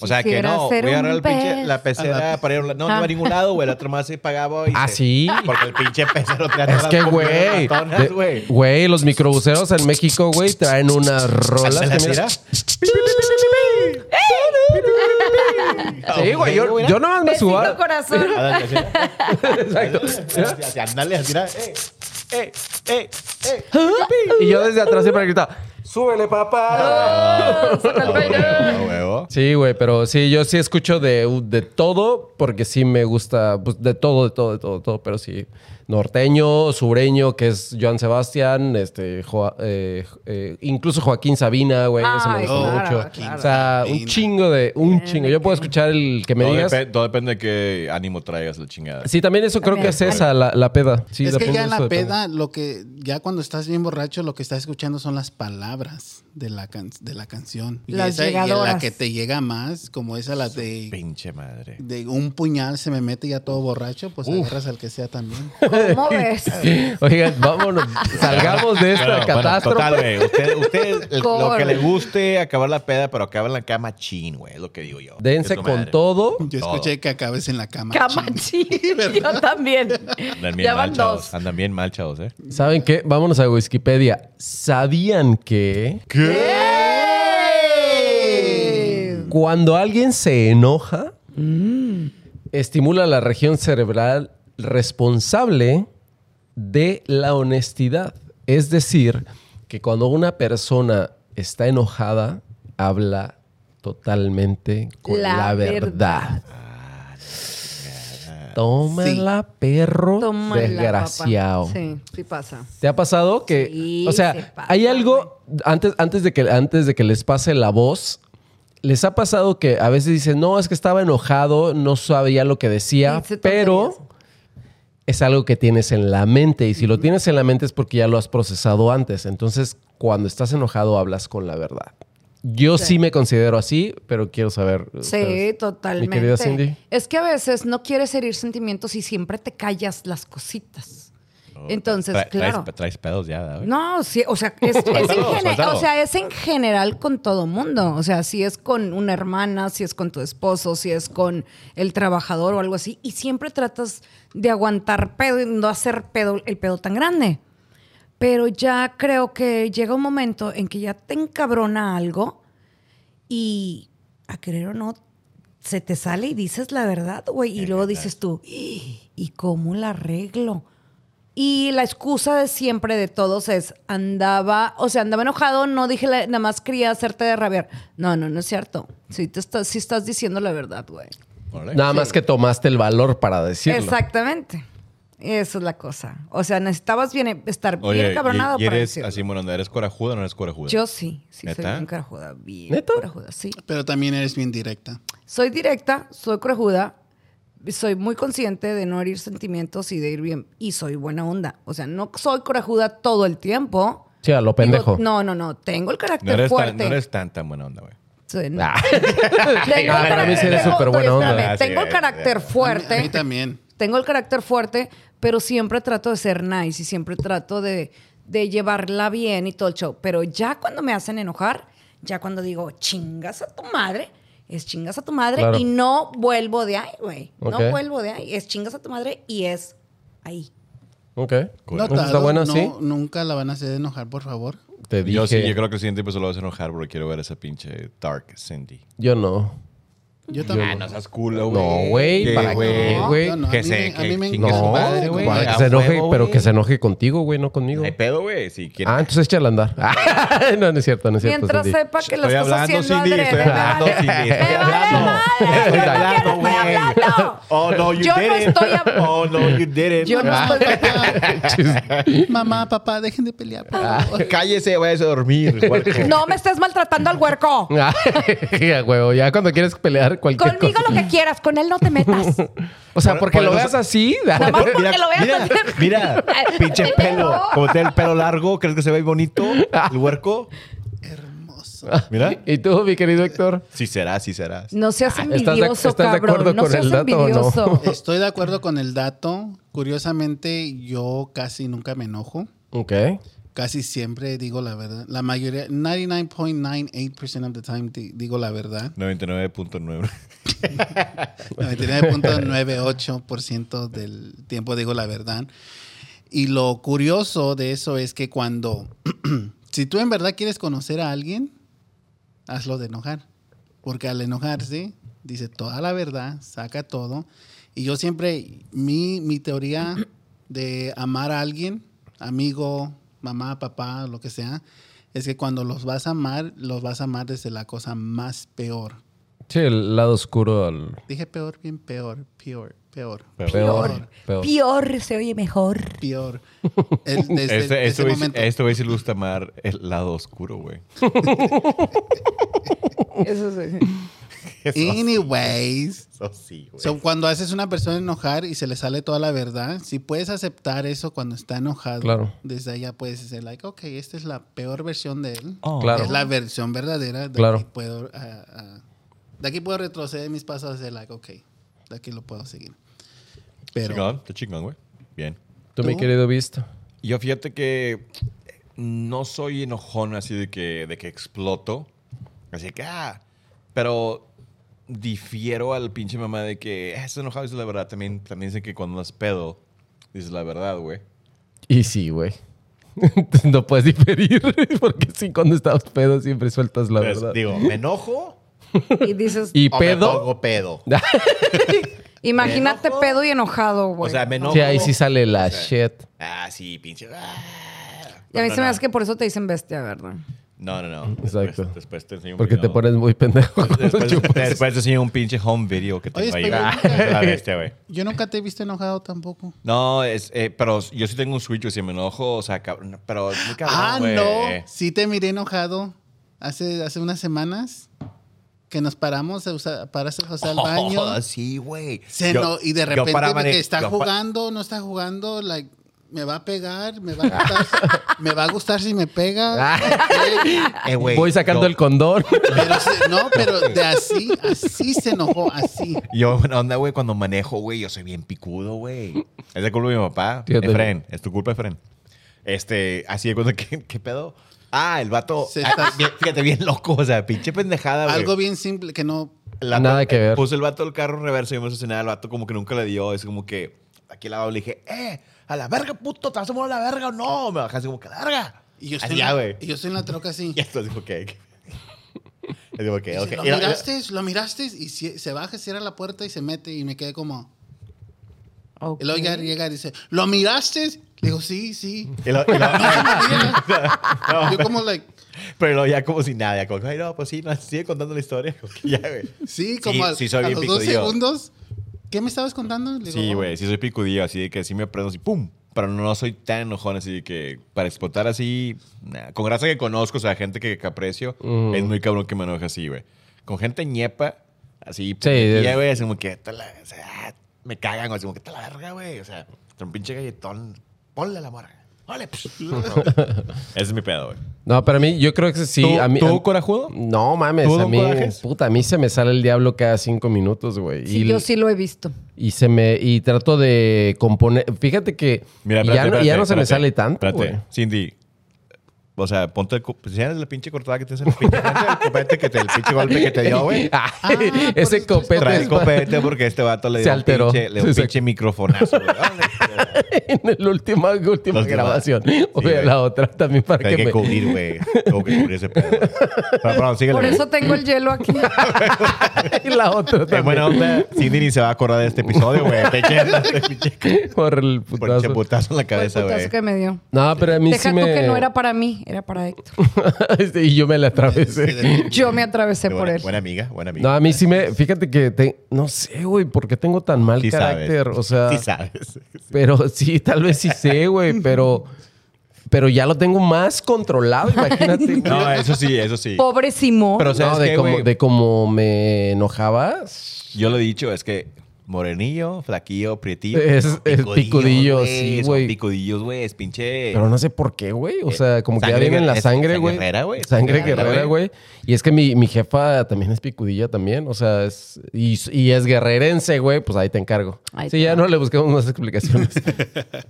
Speaker 1: O sea, que
Speaker 3: Quisiera
Speaker 1: no, voy
Speaker 3: ser
Speaker 1: a agarrar
Speaker 3: un
Speaker 1: el pinche,
Speaker 3: pez.
Speaker 1: la pecera
Speaker 4: A la-
Speaker 1: para ir a un la- No, no iba a ningún lado, güey. El otro más se pagaba y
Speaker 2: Ah,
Speaker 1: se-
Speaker 2: ¿sí?
Speaker 1: Porque el pinche pecero te
Speaker 2: Es que, güey. de- Güey, los microbuseros en México, güey, traen unas rolas.
Speaker 1: ¿Hacen la
Speaker 2: que mira-
Speaker 1: cera?
Speaker 2: Sí, güey. Yo, yo nomás me
Speaker 3: Besito
Speaker 2: subo.
Speaker 3: corazón.
Speaker 1: Exacto.
Speaker 3: (laughs)
Speaker 1: Así, Ándale, así, mira, eh.
Speaker 2: Y yo desde atrás siempre gritaba, ¡súbele, papá!
Speaker 1: A huevo, a huevo.
Speaker 2: Sí, güey, pero sí, yo sí escucho de, de todo, porque sí me gusta, pues de todo, de todo, de todo, de todo, pero sí. Norteño, sureño, que es Joan Sebastián, este, Joa- eh, eh, incluso Joaquín Sabina, güey, eso me
Speaker 3: Ay,
Speaker 2: gusta
Speaker 4: claro,
Speaker 2: mucho.
Speaker 4: claro.
Speaker 2: O sea, un
Speaker 4: Sabina.
Speaker 2: chingo de, un chingo. Yo puedo escuchar el que me
Speaker 1: Todo,
Speaker 2: digas.
Speaker 1: depe- todo depende de qué ánimo traigas la chingada.
Speaker 2: Sí, también eso creo que
Speaker 3: También.
Speaker 2: es esa, la, la peda. Sí,
Speaker 4: es que
Speaker 2: depende
Speaker 4: ya en
Speaker 2: eso de todo.
Speaker 4: la peda, lo que ya cuando estás bien borracho, lo que estás escuchando son las palabras de la, can- de la canción. Y
Speaker 3: Las
Speaker 4: esa y
Speaker 3: llegadoras.
Speaker 4: la que te llega más, como esa la de,
Speaker 1: Pinche madre.
Speaker 4: de un puñal se me mete ya todo borracho, pues agarras al que sea también. (laughs)
Speaker 3: ¿Cómo
Speaker 2: (laughs)
Speaker 3: ves?
Speaker 2: Oigan, vámonos, salgamos de esta
Speaker 1: Pero, bueno,
Speaker 2: catástrofe.
Speaker 1: total, güey. Usted, usted el- lo
Speaker 3: Con-
Speaker 1: que le guste acabar la peda, pero acaba en la cama chin, güey. Es lo que digo yo.
Speaker 2: Dense
Speaker 1: Es lo
Speaker 2: con
Speaker 1: madre.
Speaker 2: todo.
Speaker 4: Yo
Speaker 1: Todo.
Speaker 4: escuché que acabes en la cama.
Speaker 3: Camachi. (laughs) Yo también.
Speaker 1: Andan bien
Speaker 3: Ya
Speaker 1: mal,
Speaker 3: van
Speaker 1: chavos.
Speaker 3: dos.
Speaker 1: Andan bien mal, chavos, ¿eh?
Speaker 2: ¿Saben qué? Vámonos a Wikipedia. ¿Sabían que cuando alguien se enoja, Mm. estimula la región cerebral responsable de la honestidad? Es decir, que cuando una persona está enojada, habla totalmente con la,
Speaker 3: La
Speaker 2: verdad. Tómala, perro
Speaker 3: Toma la
Speaker 2: desgraciado.
Speaker 3: papa. Sí, sí pasa.
Speaker 2: ¿Te ha pasado que,
Speaker 3: Sí,
Speaker 2: o
Speaker 3: se
Speaker 2: sea,
Speaker 3: pasa,
Speaker 2: hay algo antes, antes de que antes de que les pase la voz, les ha pasado que a veces dicen no es que estaba enojado, no sabía lo que decía,
Speaker 3: Dice
Speaker 2: pero es algo que tienes en la mente y si lo tienes en la mente es porque ya lo has procesado antes. Entonces, cuando estás enojado hablas con la verdad. Yo sí, me considero así, pero quiero saber.
Speaker 3: Sí,
Speaker 2: ustedes.
Speaker 3: totalmente.
Speaker 2: Mi querida Cindy.
Speaker 3: Es que a veces no quieres herir sentimientos y siempre te callas las cositas.
Speaker 2: Oh,
Speaker 3: Entonces,
Speaker 1: Tra- traes-
Speaker 3: claro.
Speaker 1: Traes, pedos ya, güey.
Speaker 3: No, sí, o sea, es, es en
Speaker 1: Suéltalo,
Speaker 3: gene-
Speaker 1: suéltalo.
Speaker 3: o sea, es en general con todo mundo. O sea, si es con una hermana, si es con tu esposo, si es con el trabajador o algo así. Y siempre tratas de aguantar pedo y no hacer pedo, el pedo tan grande. Pero ya creo que llega un momento en que ya te encabrona algo y a querer o no, se te sale y dices la verdad, güey. Y luego dices tú, "Ih, ¿y cómo la arreglo? Y la excusa de siempre de todos es, andaba, o sea, andaba enojado, no dije, la- nada más quería hacerte de rabiar. No, no, no es cierto. Sí, te estás, sí estás diciendo la verdad, güey.
Speaker 1: Órale.
Speaker 2: Nada más que tomaste el valor para decirlo.
Speaker 3: Exactamente. Eso es la cosa. O sea, necesitabas bien, estar
Speaker 1: Oye,
Speaker 3: bien cabronado
Speaker 1: y, y
Speaker 3: para
Speaker 1: eres
Speaker 3: decirlo.
Speaker 1: así, bueno, ¿eres corajuda o no eres corajuda?
Speaker 3: Yo sí, sí soy
Speaker 1: ¿Neta?
Speaker 3: bien corajuda, bien
Speaker 2: ¿Neta?
Speaker 3: corajuda, sí.
Speaker 4: Pero también eres bien directa.
Speaker 3: Soy directa, soy corajuda, soy muy consciente de no herir sentimientos y de ir bien. Y soy buena onda. O sea, no soy corajuda todo el tiempo.
Speaker 2: Sí, a lo pendejo.
Speaker 3: Digo, no, no, no. Tengo el
Speaker 1: No
Speaker 3: carácter
Speaker 1: eres, tan,
Speaker 3: fuerte.
Speaker 1: no eres tan, tan buena onda, güey.
Speaker 3: Soy-
Speaker 2: Ah.
Speaker 3: (laughs)
Speaker 2: (laughs)
Speaker 3: Tengo
Speaker 2: Ah,
Speaker 3: el
Speaker 2: para mí sí eres
Speaker 3: carácter-
Speaker 2: súper buena
Speaker 3: Oye, espérame,
Speaker 1: onda. Ah, sí,
Speaker 3: Tengo el
Speaker 1: eh,
Speaker 3: carácter
Speaker 1: eh.
Speaker 4: A mí, a mí
Speaker 3: fuerte.
Speaker 4: también.
Speaker 3: Tengo el carácter fuerte, pero siempre trato de ser nice y siempre trato de, de llevarla bien y todo el show. Pero ya cuando me hacen enojar, ya cuando digo, chingas a tu madre, es chingas a tu madre
Speaker 2: Claro.
Speaker 3: y no vuelvo de ahí, güey.
Speaker 2: Ok.
Speaker 3: No vuelvo de ahí. Es chingas a tu madre y es ahí.
Speaker 2: Ok.
Speaker 1: Cool.
Speaker 2: Pues, ¿Está
Speaker 4: Notado,
Speaker 2: buena,
Speaker 4: no,
Speaker 2: sí?
Speaker 4: Nunca la van a hacer enojar, por favor.
Speaker 2: Te dije.
Speaker 1: Yo sí, yo creo que el siguiente episodio lo vas a enojar porque quiero ver esa pinche Dark Cindy.
Speaker 2: Yo no.
Speaker 4: Yo también.
Speaker 1: Ah, seas culo,
Speaker 2: No, güey.
Speaker 1: ¿Qué,
Speaker 2: ¿Para qué,
Speaker 4: No,
Speaker 2: güey?
Speaker 4: yo no.
Speaker 1: Que
Speaker 4: a mí
Speaker 1: se,
Speaker 4: me- a
Speaker 1: que
Speaker 4: mí me
Speaker 1: chingue
Speaker 2: No,
Speaker 1: su
Speaker 4: encanta.
Speaker 1: madre, güey.
Speaker 2: para
Speaker 1: A
Speaker 2: que se enoje,
Speaker 1: huevo,
Speaker 2: pero
Speaker 1: güey.
Speaker 2: que se enoje contigo, güey, no conmigo.
Speaker 1: No hay pedo, güey. Si quieres.
Speaker 2: Ah, entonces échale a andar. (laughs) no, no es cierto, no es cierto.
Speaker 3: Mientras
Speaker 2: Cindy.
Speaker 3: sepa que lo
Speaker 1: Estoy
Speaker 3: estás
Speaker 1: hablando,
Speaker 3: haciendo
Speaker 1: Cindy.
Speaker 3: adrede,
Speaker 1: Estoy
Speaker 3: me
Speaker 1: hablando,
Speaker 3: vale-
Speaker 1: Cindy. Estoy
Speaker 3: me vale
Speaker 1: hablando. (laughs)
Speaker 3: madre, yo no quiero, estoy hablando.
Speaker 1: Oh, no, you
Speaker 3: Yo no
Speaker 1: did it.
Speaker 3: estoy hab-
Speaker 1: Oh, no, you did it.
Speaker 3: Yo no estoy...
Speaker 4: Mamá, papá, dejen de pelear. por
Speaker 3: Ah.
Speaker 4: favor.
Speaker 1: Cállese, vayas a dormir.
Speaker 3: (laughs) No me estés maltratando al huerco.
Speaker 2: (laughs) Ya, güey, ya cuando quieres pelear cualquier
Speaker 3: Conmigo
Speaker 2: cosa.
Speaker 3: lo que quieras, con él no te metas.
Speaker 2: O sea,
Speaker 1: Por-
Speaker 2: porque
Speaker 1: por
Speaker 2: lo
Speaker 1: eso-
Speaker 2: veas así. (laughs)
Speaker 3: Nada más porque lo veas
Speaker 1: (laughs) mira,
Speaker 3: hacer.
Speaker 1: mira,
Speaker 3: (laughs)
Speaker 1: pinche
Speaker 3: Ay,
Speaker 1: pelo.
Speaker 3: no.
Speaker 1: Como tiene el pelo largo, ¿crees que se ve bonito?
Speaker 3: (laughs)
Speaker 1: El huerco.
Speaker 4: Hermoso.
Speaker 1: Mira.
Speaker 2: ¿Y tú, mi querido Héctor?
Speaker 1: Sí será, sí será.
Speaker 3: No seas
Speaker 2: (laughs) ¿estás de-
Speaker 3: envidioso,
Speaker 2: estás de
Speaker 3: cabrón.
Speaker 2: acuerdo
Speaker 3: no
Speaker 2: con
Speaker 3: seas
Speaker 2: el dato o no?
Speaker 3: envidioso.
Speaker 4: Estoy de acuerdo con el dato. Curiosamente, yo casi nunca me enojo.
Speaker 2: Ok.
Speaker 4: Casi siempre digo la verdad. La mayoría, 99.98% of the time di- digo la verdad.
Speaker 1: 99.9.
Speaker 4: 99.98% del tiempo digo la verdad. Y lo curioso de eso es que cuando, (clears throat) si tú en verdad quieres conocer a alguien, hazlo de enojar. Porque al enojarse, dice toda la verdad, saca todo. Y yo siempre, mi, mi teoría de amar a alguien, amigo, mamá, papá, lo que sea, es que cuando los vas a amar, los vas a amar desde la cosa más peor.
Speaker 2: Sí, el lado oscuro al
Speaker 4: Dije peor, bien peor, peor, peor,
Speaker 1: Peor.
Speaker 2: peor. peor.
Speaker 3: Pior se oye mejor.
Speaker 4: peor. El- desde
Speaker 1: Este-
Speaker 4: ese
Speaker 1: esto es-
Speaker 4: momento.
Speaker 1: Esto es ilustra mar el lado oscuro, güey.
Speaker 3: Eso sí.
Speaker 4: Anyways,
Speaker 1: Eso sí, güey.
Speaker 4: so, cuando haces una persona enojar y se le sale toda la verdad, si puedes aceptar eso cuando está enojado,
Speaker 2: Claro.
Speaker 4: desde allá puedes decir, like, ok, esta es la peor versión de él.
Speaker 1: Oh.
Speaker 2: Claro.
Speaker 4: Es la versión verdadera. De
Speaker 2: Claro.
Speaker 4: Aquí puedo, ah, ah, de aquí puedo retroceder mis pasos hacia, like, ok, de aquí lo puedo seguir. Pero,
Speaker 1: Chingón, está chingón, güey. Bien.
Speaker 2: Tú, mi
Speaker 4: ¿Tú?
Speaker 2: querido Vista.
Speaker 1: Yo fíjate que no soy enojón así de que, de que exploto. Así que, ah, pero difiero al pinche mamá de que "Ah, estás enojado, dices la verdad. También, también sé que cuando das pedo, dices la verdad, güey.
Speaker 2: Y sí, güey. (laughs) no puedes diferir. (laughs) Porque sí, cuando estás pedo siempre sueltas la
Speaker 1: Entonces,
Speaker 2: verdad.
Speaker 1: Pues, Digo, me enojo
Speaker 3: (laughs) Y dices,
Speaker 2: y
Speaker 1: o me
Speaker 2: pedo.
Speaker 1: pongo pedo.
Speaker 3: imagínate
Speaker 1: ¿Me enojo?
Speaker 3: pedo y enojado, güey.
Speaker 1: O sea, me enojo.
Speaker 2: Sí, ahí sí sale la shit.
Speaker 1: Ah, sí, pinche. ah.
Speaker 3: y a mí
Speaker 1: No,
Speaker 3: se me
Speaker 1: no,
Speaker 3: hace que por eso te dicen bestia, ¿verdad?
Speaker 1: No, no, no.
Speaker 2: Exacto.
Speaker 1: Después, después te enseño un
Speaker 2: Porque te
Speaker 1: video.
Speaker 2: pones muy pendejo. cuando (laughs)
Speaker 1: Después,
Speaker 2: chupas.
Speaker 1: después te enseño un pinche home video que te
Speaker 4: Oye,
Speaker 1: va a
Speaker 4: espera,
Speaker 1: llegar.
Speaker 4: nunca-
Speaker 1: Es la bestia, güey.
Speaker 4: yo nunca te he visto enojado tampoco.
Speaker 1: No, es, eh, pero yo sí tengo un switch, güey, si me enojo, o sea, cabrón, pero es muy cabrón,
Speaker 4: Ah,
Speaker 1: güey.
Speaker 4: no. Sí te miré enojado hace, hace unas semanas que nos paramos a usar, paraste a
Speaker 1: (laughs)
Speaker 4: usar el baño.
Speaker 1: Oh, sí, güey.
Speaker 4: Se
Speaker 1: Yo-
Speaker 4: no- y
Speaker 1: yo
Speaker 4: de repente
Speaker 1: para
Speaker 4: de
Speaker 1: mane-
Speaker 4: que está
Speaker 1: yo pa-
Speaker 4: jugando, no está jugando, like, me va a pegar, me va a
Speaker 1: (laughs)
Speaker 4: gustar, me va a gustar si me
Speaker 1: Ah,
Speaker 4: pega.
Speaker 1: (laughs) Eh, (laughs) güey,
Speaker 2: Ah, Voy sacando
Speaker 1: yo-
Speaker 2: el condón. (laughs)
Speaker 4: Pero se- no,
Speaker 1: (laughs)
Speaker 4: pero de así, así se enojó, así.
Speaker 1: Yo, (laughs) buena onda, güey, cuando manejo, güey, yo soy bien picudo, güey. Es de culpa de mi papá.
Speaker 2: Fíjate.
Speaker 1: Efren, es tu culpa, Efren. Este, así de cuando, (laughs) ¿qué, qué pedo? Ah, el vato,
Speaker 4: Se
Speaker 1: ah,
Speaker 4: está-
Speaker 1: bien- fíjate, bien loco, o sea, pinche pendejada, Ah, güey.
Speaker 4: Algo bien simple que no.
Speaker 1: La-
Speaker 2: Nada que ver.
Speaker 1: Puso el vato el carro en reverso y me estacionaba. El vato como que nunca le dio. Es como que aquí la le dije, eh, a la verga, puto, te vas a morir a la verga o no. Me bajaste como que "A la verga.
Speaker 4: Y yo
Speaker 1: Así
Speaker 4: estoy,
Speaker 1: Ah, ya,
Speaker 4: en,
Speaker 1: güey.
Speaker 4: la, y yo estoy en la troca
Speaker 1: (laughs)
Speaker 4: así.
Speaker 1: Y entonces
Speaker 4: (laughs)
Speaker 1: dijo, ¿qué? Y digo, ok, ok.
Speaker 4: Dice, Lo
Speaker 1: Y la-
Speaker 4: miraste, lo miraste y cie- se baja, cierra la puerta y se mete y me quedé como.
Speaker 3: Ok.
Speaker 4: Y luego ya llega y dice, ¿lo miraste? Le digo, sí,
Speaker 1: (laughs)
Speaker 4: sí. (laughs)
Speaker 1: y lo- y lo-
Speaker 4: Yo como, like,
Speaker 1: pero luego ya como si nada. ya Como, ay, no, pues sí, no, sigue contando la historia. (laughs) Como que ya, güey.
Speaker 4: sí, como al-
Speaker 1: sí soy
Speaker 4: a
Speaker 1: bien
Speaker 4: los dos
Speaker 1: picudillo.
Speaker 4: segundos. ¿Qué me estabas contando? Le digo,
Speaker 1: Sí,
Speaker 4: "Oh".
Speaker 1: güey, sí soy picudillo, así de que sí me prendo así, ¡pum! Pero no soy tan enojón, así de que para explotar así, nah. con raza que conozco, o sea, gente que, que aprecio, es muy cabrón que me enoje así, güey. Con gente ñepa, así,
Speaker 2: Sí,
Speaker 1: y
Speaker 2: es-
Speaker 1: ya, güey, así como que, "Te la- o sea, me cagan, güey, así como que, te la verga, güey, o sea, te un pinche galletón, ponle a la mora. ¡Ole!
Speaker 2: (laughs)
Speaker 1: Ese es mi pedo, güey.
Speaker 2: No, pero a mí, yo creo que sí.
Speaker 1: ¿Tú-
Speaker 2: a mí,
Speaker 1: tú,
Speaker 2: a-
Speaker 1: corajudo?
Speaker 2: No mames,
Speaker 1: ¿Tú,
Speaker 2: a
Speaker 1: don
Speaker 2: mí.
Speaker 1: Corajes?
Speaker 2: Puta, a mí se me sale el diablo cada cinco minutos, güey.
Speaker 3: Sí,
Speaker 2: y,
Speaker 3: yo sí lo he visto.
Speaker 2: y se me. Y trato de componer. Fíjate que.
Speaker 1: Mira,
Speaker 2: ya,
Speaker 1: espérate,
Speaker 2: no- ya
Speaker 1: espérate,
Speaker 2: no se me
Speaker 1: espérate,
Speaker 2: sale tanto,
Speaker 1: espérate.
Speaker 2: güey.
Speaker 1: Cindy, O sea, ponte el. cu- pues, Si eres la pinche cortada que te hace el pinche. el copete que te, el pinche golpe que te
Speaker 2: (laughs)
Speaker 1: dio, güey.
Speaker 2: Ay,
Speaker 4: Ah, por
Speaker 2: ese
Speaker 4: eso es-
Speaker 2: copete.
Speaker 1: Trae
Speaker 2: es
Speaker 1: el copete porque este vato
Speaker 2: pues,
Speaker 1: le
Speaker 2: Se
Speaker 1: dio un
Speaker 2: alteró.
Speaker 1: pinche, le dio un
Speaker 2: Sí,
Speaker 1: pinche microfonazo, güey. Órale.
Speaker 2: (laughs) en la última, última
Speaker 1: Los que
Speaker 2: grabación.
Speaker 1: van.
Speaker 2: Voy
Speaker 1: Sí,
Speaker 2: a
Speaker 1: güey.
Speaker 2: la otra también para
Speaker 1: Hay
Speaker 2: que,
Speaker 1: que
Speaker 2: me...
Speaker 1: cubrir, güey. Tengo que cubrir ese pedo. güey. Pero, perdón, síguele.
Speaker 3: Por
Speaker 1: güey.
Speaker 3: eso tengo el
Speaker 2: (laughs)
Speaker 3: hielo aquí.
Speaker 2: (laughs) y la otra
Speaker 1: En buena
Speaker 2: también.
Speaker 1: onda, Cindy ni se va a acordar de este episodio, güey. Te llenas de pinche
Speaker 2: Por el
Speaker 1: por el
Speaker 2: putazo.
Speaker 1: chaputazo en la
Speaker 3: Por el
Speaker 1: cabeza,
Speaker 3: putazo
Speaker 1: güey.
Speaker 3: que me dio.
Speaker 2: No, pero a mí
Speaker 3: Deja
Speaker 2: sí
Speaker 3: tú
Speaker 2: me...
Speaker 3: que no era para mí, era para Héctor.
Speaker 2: (laughs) Este, y yo me la
Speaker 1: (laughs)
Speaker 2: atravesé.
Speaker 3: Yo me atravesé
Speaker 1: Qué
Speaker 3: por
Speaker 1: buena,
Speaker 3: él.
Speaker 1: buena amiga, buena amiga.
Speaker 2: No, a mí sí me... Fíjate que... te- No sé, güey, ¿por qué tengo tan mal
Speaker 1: sí
Speaker 2: carácter?
Speaker 1: sabes.
Speaker 2: O sea...
Speaker 1: Sí sabes.
Speaker 2: Pero sí, tal vez sí sé,
Speaker 1: (laughs)
Speaker 2: güey, pero... Pero ya lo tengo más controlado, imagínate. güey.
Speaker 1: (laughs) No, eso sí, eso sí.
Speaker 3: Pobre Simón.
Speaker 1: Pero
Speaker 2: No,
Speaker 1: sabes
Speaker 2: de,
Speaker 1: qué,
Speaker 2: como,
Speaker 1: güey?
Speaker 2: de como me enojabas.
Speaker 1: Yo lo he dicho, es que morenillo, flaquillo, prietillo.
Speaker 2: Es-
Speaker 1: son
Speaker 2: es picudillo, sí,
Speaker 1: son
Speaker 2: güey.
Speaker 1: Picudillos, güey, es pinche.
Speaker 2: Pero no sé por qué, güey. O sea, como que ya
Speaker 1: Sangre
Speaker 2: viene en la
Speaker 1: guer- es
Speaker 2: sangre,
Speaker 1: sangre
Speaker 2: güey.
Speaker 1: guerrera, güey.
Speaker 2: Sangre
Speaker 1: Sangre
Speaker 2: guerrera,
Speaker 1: guerrera,
Speaker 2: güey. Y es que mi, mi jefa también es picudilla también. O sea, es, y, y es guerrerense, güey. Pues ahí te encargo.
Speaker 3: Ahí
Speaker 2: sí,
Speaker 3: te
Speaker 2: ya
Speaker 3: va.
Speaker 2: no le buscamos más
Speaker 1: (laughs)
Speaker 2: explicaciones.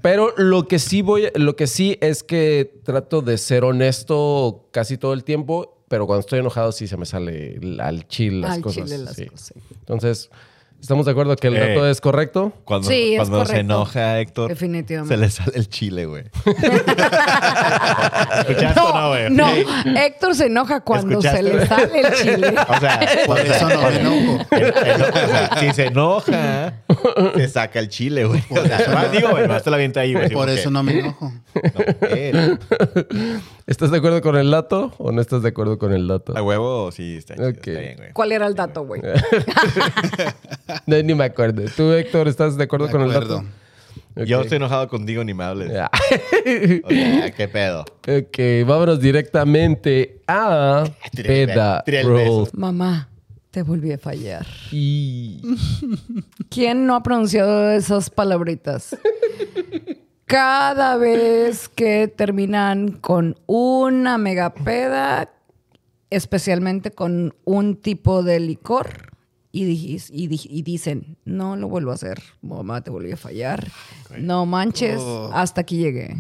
Speaker 2: Pero lo que sí voy, lo que sí es que trato de ser honesto casi todo el tiempo. Pero cuando estoy enojado sí se me sale al chill las
Speaker 3: Al
Speaker 2: cosas.
Speaker 3: chile las
Speaker 2: sí.
Speaker 3: cosas.
Speaker 2: Entonces, ¿estamos de acuerdo que el
Speaker 1: Eh.
Speaker 2: dato es correcto?
Speaker 1: Cuando,
Speaker 3: Sí, es
Speaker 1: cuando se
Speaker 3: correcto.
Speaker 1: enoja Héctor,
Speaker 3: Definitivamente.
Speaker 1: se le sale el chile,
Speaker 3: (laughs)
Speaker 1: güey. ¿Escuchaste o no, güey?
Speaker 3: No,
Speaker 1: Sí.
Speaker 3: Héctor se enoja cuando se
Speaker 1: ¿Escuchaste?
Speaker 3: le sale el
Speaker 1: (laughs)
Speaker 3: chile.
Speaker 1: O sea,
Speaker 4: Por
Speaker 1: o sea,
Speaker 4: eso no
Speaker 1: por-
Speaker 4: me enojo.
Speaker 1: el- el- o sea, si se enoja, se saca el chile, güey. O sea, más digo, güey, más te la avienta ahí, güey.
Speaker 4: Por eso no me
Speaker 1: (laughs)
Speaker 4: enojo.
Speaker 1: No, eh, él.
Speaker 2: ¿Estás de acuerdo con el dato o no estás de acuerdo con el dato?
Speaker 1: A huevo, sí, está, chido,
Speaker 2: Ok.
Speaker 1: está bien, güey.
Speaker 3: ¿Cuál era el dato,
Speaker 1: (laughs)
Speaker 3: güey?
Speaker 2: No, ni me acuerdo. ¿Tú, Héctor, estás de acuerdo
Speaker 4: De
Speaker 2: con
Speaker 4: acuerdo.
Speaker 2: el dato?
Speaker 1: Yo
Speaker 2: Ok.
Speaker 1: estoy enojado contigo, ni me hables.
Speaker 2: Ya.
Speaker 1: O sea, ¿qué pedo?
Speaker 2: ok, vámonos directamente (laughs) a
Speaker 1: Tira el
Speaker 2: Peda
Speaker 1: beso, tira el
Speaker 2: Rolls.
Speaker 3: Mamá, te volví a fallar.
Speaker 2: Y
Speaker 3: ¿Quién no ha pronunciado esas palabritas? Cada vez que terminan con una megapeda, especialmente con un tipo de licor, y, dijis- y di- y dicen, no lo vuelvo a hacer, mamá, te volví a fallar, no manches,
Speaker 4: Oh.
Speaker 3: hasta aquí llegué.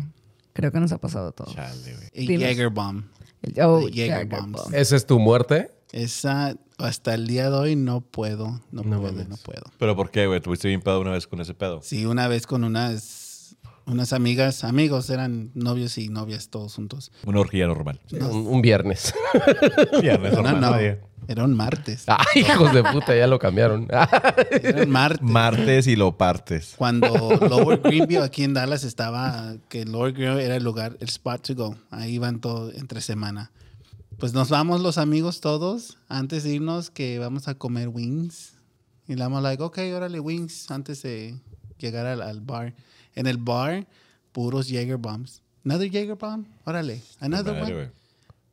Speaker 3: Creo que nos ha pasado todo.
Speaker 1: Chale, güey.
Speaker 4: Y
Speaker 3: Dinos.
Speaker 4: Jägerbomb.
Speaker 3: El- oh,
Speaker 4: Jäger
Speaker 3: Jäger
Speaker 4: Bombs.
Speaker 3: Bomb.
Speaker 2: esa es tu muerte.
Speaker 4: Esa, hasta el día de hoy no puedo, no, puedo, no puedo.
Speaker 1: ¿Pero por qué, güey? ¿Tuviste bien pedo una vez con ese pedo?
Speaker 4: Sí, una vez con unas, unas amigas, amigos, eran novios y novias todos juntos.
Speaker 1: Una orgía normal.
Speaker 2: Un, un viernes. (laughs)
Speaker 1: Ya, no es
Speaker 4: No,
Speaker 1: normal.
Speaker 4: no,
Speaker 1: nadie. Ah.
Speaker 4: era un martes.
Speaker 2: Ay, hijos de puta, ya lo cambiaron. (laughs)
Speaker 4: Era un
Speaker 1: (laughs)
Speaker 4: martes.
Speaker 1: Martes y lo partes.
Speaker 4: cuando
Speaker 1: (laughs)
Speaker 4: Lower Greenview aquí en Dallas estaba, que Lower Greenview era el lugar, el spot to go. Ahí van todo entre semana. Pues nos vamos los amigos todos, antes de irnos que vamos a comer wings. Y le damos like, ok, órale wings, antes de llegar al, al bar. En el bar, puros Jaeger bombs. Another Jaeger bomb, órale, another
Speaker 1: Madre,
Speaker 4: one.
Speaker 1: güey.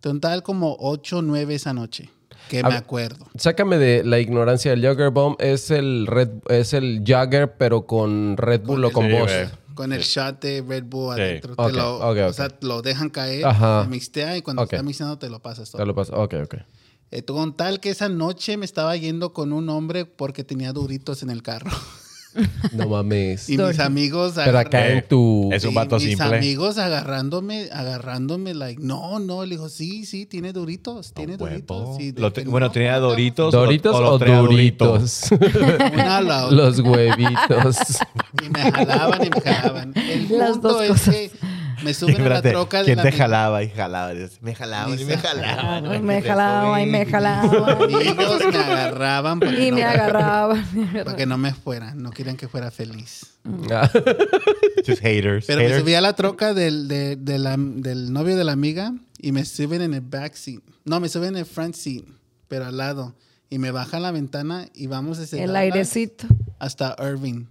Speaker 4: Total como 8 9 esa noche, que me
Speaker 2: ver.
Speaker 4: acuerdo.
Speaker 2: Sácame de la ignorancia del Jogger Bomb. Es el Red, es el Jagger, pero con Red Bull o con
Speaker 1: Sí,
Speaker 2: vos.
Speaker 1: güey.
Speaker 4: Con el shot de Red Bull
Speaker 1: Sí.
Speaker 4: adentro.
Speaker 2: Ok,
Speaker 4: te lo,
Speaker 2: ok,
Speaker 4: O
Speaker 2: ok.
Speaker 4: sea, lo dejan caer,
Speaker 2: Ajá.
Speaker 4: se mixtea y cuando
Speaker 2: Ok.
Speaker 4: está mixeando te lo pasas todo.
Speaker 2: Ya lo paso. Ok, ok.
Speaker 4: Eh, con tal que esa noche me estaba yendo con un hombre porque tenía duritos en el carro. (laughs)
Speaker 2: No (laughs) mames.
Speaker 4: y mis amigos...
Speaker 2: Pero
Speaker 4: agarran-
Speaker 2: acá en tu.
Speaker 1: Es un
Speaker 4: y
Speaker 1: vato
Speaker 4: mis
Speaker 1: simple.
Speaker 4: amigos agarrándome, agarrándome, like, no, no. Le dijo, sí, sí, tiene duritos, tiene
Speaker 1: Huevo.
Speaker 4: duritos. Y dije,
Speaker 1: Lo te-
Speaker 4: "No,
Speaker 1: bueno, tenía
Speaker 4: no".
Speaker 1: Doritos.
Speaker 2: ¿Doritos
Speaker 1: lo
Speaker 2: o,
Speaker 1: traía Dorito.
Speaker 2: duritos?
Speaker 4: Una a
Speaker 1: (laughs)
Speaker 4: la
Speaker 2: (laughs)
Speaker 4: otra.
Speaker 2: Los (laughs) huevitos.
Speaker 4: Y me jalaban y me jalaban. El
Speaker 3: Las
Speaker 4: punto
Speaker 3: dos
Speaker 4: es
Speaker 3: cosas.
Speaker 4: que me
Speaker 1: Y
Speaker 4: suben a la
Speaker 1: espérate,
Speaker 4: troca de
Speaker 1: ¿Quién
Speaker 4: la
Speaker 1: te
Speaker 4: mi-
Speaker 1: jalaba y jalaba? Dices, Me jalaban y me
Speaker 4: Lisa.
Speaker 1: jalaban.
Speaker 3: Ay,
Speaker 1: güey,
Speaker 3: me
Speaker 1: te
Speaker 3: jalaba, ay,
Speaker 1: subí.
Speaker 3: me
Speaker 4: (laughs)
Speaker 3: jalaba.
Speaker 4: Amigos me agarraban para que
Speaker 3: Y
Speaker 4: no-
Speaker 3: me agarraba. me
Speaker 4: para
Speaker 3: agarraba.
Speaker 4: que no me fuera, no querían que fuera feliz.
Speaker 2: Ah,
Speaker 1: Just haters.
Speaker 4: Pero me
Speaker 1: haters.
Speaker 4: subí a la troca del, de- de la- del novio de la amiga y me suben en el back seat. No, me suben en el front seat, pero al lado. Y me bajan la ventana y vamos desde
Speaker 3: El
Speaker 4: Dallas
Speaker 3: airecito.
Speaker 4: hasta Irving.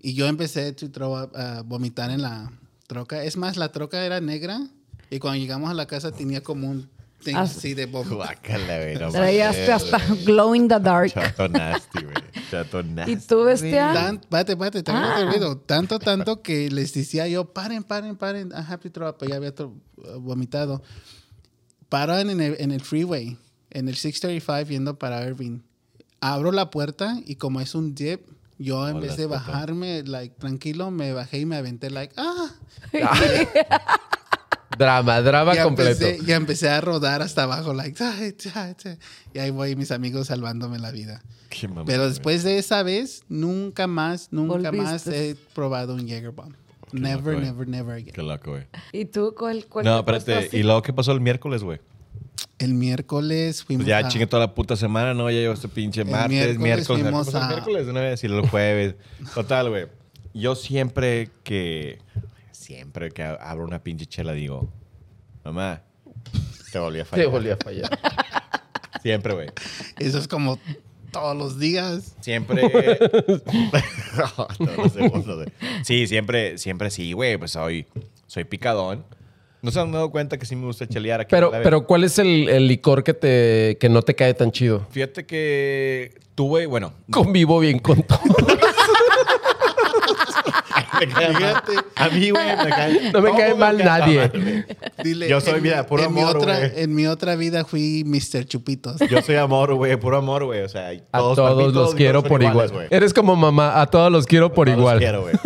Speaker 4: Y yo empecé to throw up, a vomitar en la troca. Es más, la troca era negra y cuando llegamos a la casa tenía como un thing
Speaker 3: Ah,
Speaker 4: así de vómito.
Speaker 1: (laughs) Guácala, güey.
Speaker 3: (laughs)
Speaker 1: no
Speaker 3: Traías
Speaker 1: mames,
Speaker 3: hasta
Speaker 1: güey.
Speaker 3: glow in the dark.
Speaker 1: Chato nasty, güey. Chato nasty.
Speaker 3: ¿Y tú, bestia?
Speaker 4: Tan- Espérate, espérate, te había servido. Tanto, tanto que les decía yo, paren, paren, paren. I have to throw up. Ya había tro- uh, vomitado. Paran en el, en el freeway, en el 635 yendo para Irving. Abro la puerta y como es un dip, yo en vez de
Speaker 1: puta.
Speaker 4: bajarme, like, tranquilo, me bajé y me aventé, like, ah.
Speaker 2: Drama, drama
Speaker 4: ya
Speaker 2: completo.
Speaker 4: Empecé, ya empecé a rodar hasta abajo, like, (laughs) "Ay, ay, ay". y ahí voy mis amigos salvándome la vida.
Speaker 1: Qué mamada,
Speaker 4: Pero
Speaker 1: güey.
Speaker 4: después de esa vez, nunca más, nunca más
Speaker 3: Volviste.
Speaker 4: he probado un Jägerbomb.
Speaker 1: loco,
Speaker 4: Never,
Speaker 1: eh.
Speaker 4: never, never again.
Speaker 1: Qué loco, güey.
Speaker 3: ¿Y tú cuál? cuál
Speaker 1: No,
Speaker 3: te has puesto
Speaker 1: espérate.
Speaker 3: Pues así?
Speaker 1: ¿Y luego qué pasó el miércoles, güey?
Speaker 4: El miércoles fuimos
Speaker 1: Pues ya
Speaker 4: a-
Speaker 1: chingue toda la puta semana, ¿no? Ya llevo este pinche
Speaker 4: El
Speaker 1: martes,
Speaker 4: miércoles
Speaker 1: miércoles.
Speaker 4: fuimos
Speaker 1: ¿Cómo se llama?
Speaker 4: a-
Speaker 1: miércoles de una vez y los jueves. Total, güey. Yo siempre que. Siempre que ab- abro una pinche chela digo, mamá, te volví a fallar.
Speaker 2: (laughs) Te volví a fallar.
Speaker 1: Siempre, güey.
Speaker 4: Eso es como todos los días.
Speaker 2: (laughs)
Speaker 1: Siempre. (laughs) Todos los segundos, güey. sí, siempre, siempre sí, güey. Pues soy, soy picadón. No se han dado cuenta que sí me gusta chelear aquí.
Speaker 2: Pero,
Speaker 1: la vez?
Speaker 2: pero ¿cuál es el, el licor que, te, que no te cae tan chido?
Speaker 1: Fíjate que tuve, bueno,
Speaker 2: Convivo bien con
Speaker 1: (laughs)
Speaker 2: todo.
Speaker 4: Fíjate.
Speaker 1: a mí, güey, me (laughs) cae.
Speaker 2: No me cae mal
Speaker 1: (laughs)
Speaker 2: nadie.
Speaker 4: Dile,
Speaker 1: Yo soy,
Speaker 4: en
Speaker 1: mira,
Speaker 4: mi-
Speaker 1: puro
Speaker 4: en mi
Speaker 1: amor,
Speaker 4: otra-
Speaker 1: güey.
Speaker 4: En mi otra vida fui Mr. Chupitos.
Speaker 1: Yo soy amor, güey, puro amor, güey. O sea,
Speaker 2: A todos,
Speaker 1: para mí,
Speaker 2: los
Speaker 1: mis
Speaker 2: quiero
Speaker 1: son
Speaker 2: por
Speaker 1: iguales,
Speaker 2: igual.
Speaker 1: güey.
Speaker 2: Eres como mamá, a todos los quiero por
Speaker 1: Todos los
Speaker 2: igual.
Speaker 1: quiero, güey.
Speaker 2: (laughs)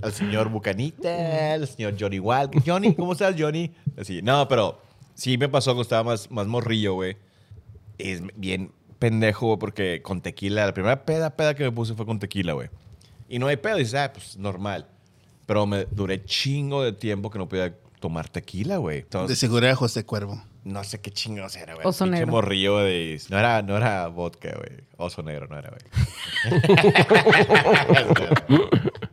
Speaker 1: Al señor Bucanita, al señor Johnny Wal. Johnny, ¿cómo estás, Johnny? Así, no, pero sí me pasó que estaba más, más morrillo, güey. Es bien pendejo, güey, porque con tequila, la primera peda, peda que me puse fue con tequila, güey. Y no hay pedo, dices, ah, pues normal. Pero me duré chingo de tiempo que no podía tomar tequila, güey.
Speaker 4: De
Speaker 1: Entonces,
Speaker 4: seguridad José Cuervo.
Speaker 1: no sé qué chingados era, güey.
Speaker 3: Oso
Speaker 1: Pinche
Speaker 3: negro.
Speaker 1: morrillo de... No era, no era vodka, güey. Oso negro no (laughs) era, güey.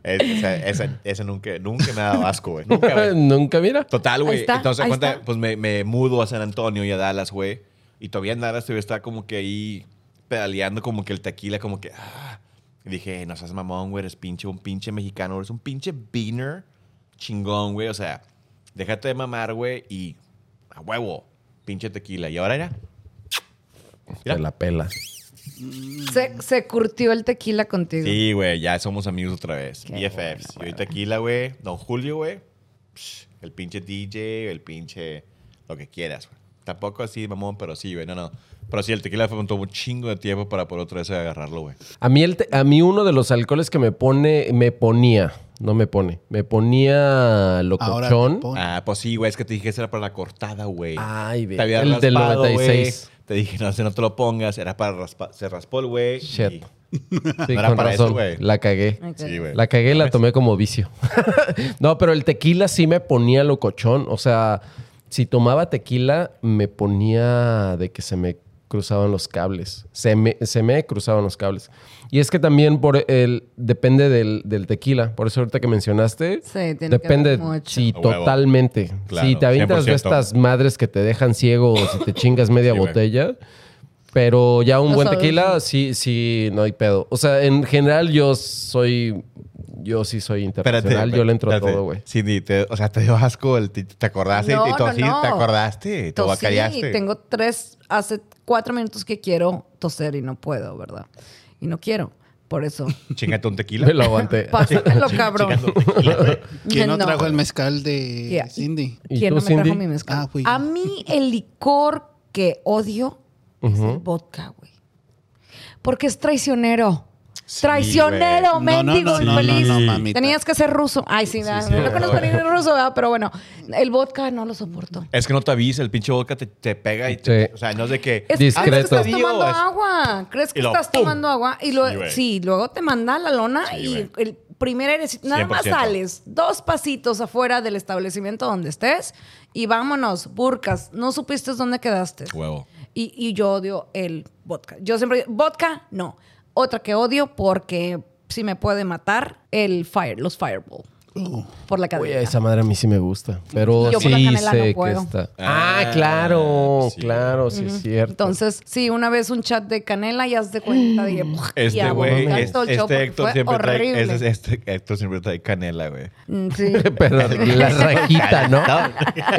Speaker 1: Es- esa, esa- esa nunca, nunca me ha dado asco, güey. Nunca, (laughs) güey.
Speaker 2: (laughs) Nunca mira.
Speaker 1: Total,
Speaker 3: Ahí
Speaker 1: güey.
Speaker 3: está,
Speaker 1: Entonces,
Speaker 3: ahí
Speaker 1: cuenta,
Speaker 3: está.
Speaker 1: pues me, me mudo a San Antonio y a Dallas, güey. Y todavía en Dallas todavía estaba como que ahí pedaleando como que el tequila, como que... ah. Y dije, no seas mamón, güey. Eres pinche, un pinche mexicano. Eres un pinche beaner chingón, güey. O sea, déjate de mamar, güey. Y a huevo, pinche tequila. Y ahora era... Mira.
Speaker 2: Te la pela.
Speaker 3: se, se curtió el tequila contigo.
Speaker 1: Sí, güey, ya somos amigos otra vez.
Speaker 3: Qué
Speaker 1: BFFs.
Speaker 3: bueno,
Speaker 1: y hoy tequila, güey. Don Julio, güey. Psh, El pinche DJ, el pinche... Lo que quieras, güey. Tampoco así, mamón, pero sí, güey. No, no. Pero sí, el tequila fue un un chingo de tiempo para por otra vez agarrarlo, güey.
Speaker 2: A mí, el te- a mí uno de los alcoholes que me pone, me ponía, no me pone, me ponía
Speaker 4: Ahora
Speaker 2: locochón.
Speaker 4: te pon-
Speaker 1: Ah, pues sí, güey. Es que te dije que ese era para la cortada, güey.
Speaker 3: Ah,
Speaker 2: Ay, ve.
Speaker 1: Te había
Speaker 2: El del
Speaker 1: raspado, güey.
Speaker 2: 96.
Speaker 1: Te dije, no, ese no te lo pongas. Era para raspar. Se raspó el güey.
Speaker 2: Shit.
Speaker 1: y-
Speaker 2: Sí,
Speaker 1: (laughs) No era
Speaker 2: con
Speaker 1: para eso,
Speaker 2: razón.
Speaker 1: güey.
Speaker 2: la cagué.
Speaker 3: Ok.
Speaker 1: Sí, güey.
Speaker 2: La cagué y la tomé como vicio. (laughs) no, pero el tequila sí me ponía locochón. O sea, si tomaba tequila, me ponía de que se me cruzaban los cables. Se me, se me cruzaban los cables. Y es que también por el, depende del, del tequila. Por eso ahorita que mencionaste,
Speaker 3: Sí, tiene que
Speaker 2: depende.
Speaker 3: ver mucho.
Speaker 2: Sí,
Speaker 1: A huevo.
Speaker 2: totalmente.
Speaker 1: Claro,
Speaker 2: si te avientas de
Speaker 1: 100%.
Speaker 2: estas madres que te dejan ciego o si te chingas media
Speaker 1: (laughs) Sí, güey.
Speaker 2: botella. Pero ya un
Speaker 3: No
Speaker 2: buen
Speaker 3: sabes,
Speaker 2: tequila,
Speaker 3: ¿no?
Speaker 2: sí, sí, no hay pedo. O sea, en general yo soy, yo sí soy internacional, yo le entro a
Speaker 1: espérate.
Speaker 2: todo, güey.
Speaker 1: Cindy, te- o sea, te dio asco, el, te, te acordaste
Speaker 3: No,
Speaker 1: y tú
Speaker 3: no,
Speaker 1: así
Speaker 3: no.
Speaker 1: te acordaste, te
Speaker 3: Tosí,
Speaker 1: guacareaste.
Speaker 3: tengo tres, hace cuatro minutos que quiero toser y no puedo, ¿verdad? Y no quiero, por
Speaker 1: (laughs)
Speaker 3: eso. (laughs)
Speaker 1: Chingate un (laughs) tequila.
Speaker 2: Me lo aguanté.
Speaker 3: Pásamelo, cabrón.
Speaker 1: Chingate un tequila, güey.
Speaker 4: ¿Quién no,
Speaker 3: No.
Speaker 4: trajo el mezcal de
Speaker 3: Yeah.
Speaker 4: Cindy?
Speaker 2: ¿Y
Speaker 3: ¿Quién
Speaker 2: tú,
Speaker 3: no me trajo
Speaker 2: Cindy?
Speaker 3: mi mezcal?
Speaker 4: Ah, fui yo.
Speaker 3: a mí el licor que odio es el vodka, güey. Porque es traicionero.
Speaker 1: Sí,
Speaker 3: traicionero,
Speaker 4: güey. No, no,
Speaker 3: mendigo
Speaker 4: no,
Speaker 1: no,
Speaker 3: infeliz.
Speaker 1: no, no,
Speaker 4: mamita.
Speaker 3: Tenías que ser ruso. Ay, sí, ¿verdad?
Speaker 1: sí,
Speaker 3: no
Speaker 1: güey.
Speaker 3: conozco ningún ruso, ¿verdad? pero bueno, el vodka no lo soporto.
Speaker 1: Es que no te avisa, el pinche boca te, te pega y te.
Speaker 2: Sí.
Speaker 1: O sea, no es de que.
Speaker 3: Es
Speaker 1: "Ah,
Speaker 3: que
Speaker 1: no
Speaker 2: Discreto.
Speaker 1: te
Speaker 3: estás
Speaker 1: digo",
Speaker 3: tomando
Speaker 1: es-
Speaker 3: agua. ¿Crees que
Speaker 1: Y lo
Speaker 3: estás
Speaker 1: ¡pum!
Speaker 3: tomando agua? Y luego,
Speaker 1: Sí, güey.
Speaker 3: sí, luego te manda a la lona
Speaker 1: Sí,
Speaker 3: y
Speaker 1: güey.
Speaker 3: el primer airecito. Nada más
Speaker 1: 100%.
Speaker 3: sales dos pasitos afuera del establecimiento donde estés y vámonos, burcas. No supiste dónde quedaste.
Speaker 1: Huevo.
Speaker 3: Y, y yo odio el vodka. Yo siempre digo, vodka, no. Otra que odio porque si me puede matar, el fire, los fireball.
Speaker 4: Uh.
Speaker 3: Por la
Speaker 2: Güey,
Speaker 3: cadena.
Speaker 2: esa madre a mí sí me gusta. Pero
Speaker 3: Yo por la
Speaker 2: sí
Speaker 3: canela no
Speaker 2: sé que
Speaker 3: puedo.
Speaker 2: está.
Speaker 1: Ah,
Speaker 2: Ah, claro,
Speaker 1: sí.
Speaker 2: claro, sí es cierto.
Speaker 3: Entonces, sí, una vez un chat de canela y haz de cuenta. dije, "Buah", y
Speaker 1: Este
Speaker 3: a
Speaker 1: güey,
Speaker 3: vomitar
Speaker 1: es-
Speaker 3: todo el show
Speaker 1: este
Speaker 3: porque
Speaker 1: Héctor
Speaker 3: fue
Speaker 1: siempre trae.
Speaker 3: horrible.
Speaker 1: Este, este Héctor siempre trae canela, güey.
Speaker 3: Mm,
Speaker 1: (laughs)
Speaker 3: Sí.
Speaker 2: pero la rajita, ¿no?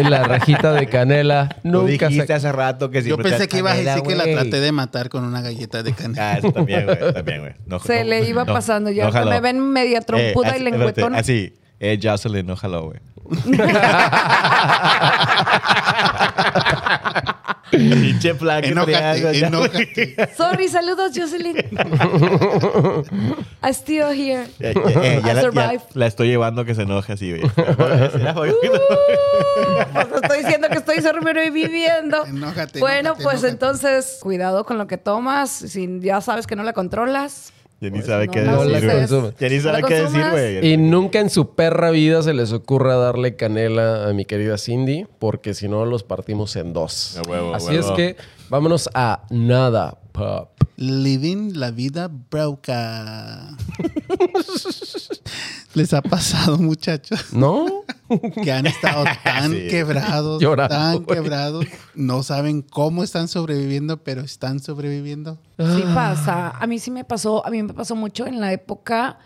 Speaker 2: la rajita de canela
Speaker 1: Tú
Speaker 2: nunca
Speaker 1: dijiste
Speaker 2: se...
Speaker 1: hace rato que
Speaker 4: Yo
Speaker 1: siempre
Speaker 4: pensé
Speaker 1: traes
Speaker 4: que ibas a
Speaker 1: canela,
Speaker 4: decir que la
Speaker 1: güey.
Speaker 4: traté de matar con una galleta de canela.
Speaker 1: Ah, eso también, güey. También, güey. No-
Speaker 3: Se
Speaker 1: no-
Speaker 3: le iba
Speaker 1: no,
Speaker 3: pasando. Ya
Speaker 1: no
Speaker 3: ahorita
Speaker 1: jaló. Eh,
Speaker 3: me ven media trompuda
Speaker 1: así-
Speaker 3: y
Speaker 1: espérate,
Speaker 3: lengüetona.
Speaker 1: Así. Eh,
Speaker 4: (laughs)
Speaker 1: Jocelyn, ojalá, güey. (laughs) Pinche flaca que traía,
Speaker 4: Enócate,
Speaker 1: ya, güey.
Speaker 4: enócate.
Speaker 1: (laughs)
Speaker 3: Sorry, saludos, Jocelyn. I still here.
Speaker 1: Ya- ya- eh, ya
Speaker 3: I
Speaker 1: la, ya
Speaker 3: survived.
Speaker 1: la estoy llevando que se enoja así, güey. Era jodido.
Speaker 3: Pues no estoy diciendo que estoy sobreviviendo.
Speaker 4: Enójate,
Speaker 3: bueno,
Speaker 4: enójate,
Speaker 3: pues
Speaker 4: enójate.
Speaker 3: entonces, cuidado con lo que tomas. Si ya sabes que no la controlas.
Speaker 1: Ya ni
Speaker 3: pues
Speaker 1: sabe
Speaker 3: no
Speaker 1: qué
Speaker 3: la
Speaker 2: No la
Speaker 1: decir, güey.
Speaker 2: consumas.
Speaker 1: Ya ni
Speaker 3: No
Speaker 1: sabe
Speaker 3: la
Speaker 1: qué decir,
Speaker 3: consumas.
Speaker 1: güey.
Speaker 2: Y nunca en su perra vida se les ocurra darle canela a mi querida Cindy, porque si no los partimos en dos.
Speaker 1: A huevo, a
Speaker 2: Así
Speaker 1: huevo.
Speaker 2: es que vámonos a nada, pop.
Speaker 4: Living la vida broca. (laughs) ¿Les ha pasado, muchachos?
Speaker 2: ¿No?
Speaker 4: Que han estado tan
Speaker 1: (laughs) Sí.
Speaker 4: quebrados,
Speaker 2: Llorando,
Speaker 4: tan
Speaker 2: güey.
Speaker 4: quebrados. No saben cómo están sobreviviendo, pero están sobreviviendo.
Speaker 3: Sí pasa. A mí sí me pasó, a mí me pasó mucho en la época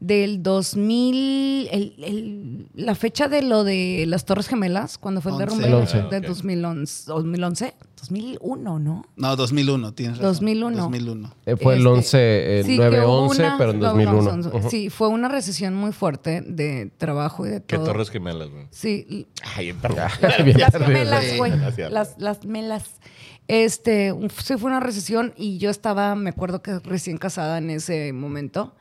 Speaker 3: del 2000, el- el- la fecha de lo de las Torres Gemelas, cuando fue el
Speaker 4: Once.
Speaker 3: derrumbe
Speaker 2: El
Speaker 3: de-
Speaker 2: once.
Speaker 3: de
Speaker 1: Ah, ok.
Speaker 3: 2011, 2011, 2001, ¿no?
Speaker 4: No, 2001, tienes razón.
Speaker 3: 2001.
Speaker 4: 2001.
Speaker 2: Eh, Fue el
Speaker 3: Este,
Speaker 2: 11, el
Speaker 3: sí, que hubo
Speaker 2: 9-11,
Speaker 3: una-
Speaker 2: pero en
Speaker 3: no,
Speaker 2: 2001.
Speaker 3: no,
Speaker 2: (laughs)
Speaker 3: son-
Speaker 2: Ujú.
Speaker 3: Sí, fue una recesión muy fuerte de trabajo y de
Speaker 1: Qué
Speaker 3: todo.
Speaker 1: torres gemelas, güey.
Speaker 3: Sí, l-
Speaker 1: Ay, en perro.
Speaker 2: Bien
Speaker 3: las
Speaker 2: perdido.
Speaker 3: gemelas,
Speaker 4: Sí,
Speaker 3: güey.
Speaker 1: no es cierto.
Speaker 3: Las, las melas. Este, uf, sí fue una recesión y yo estaba, me acuerdo que recién casada en ese momento.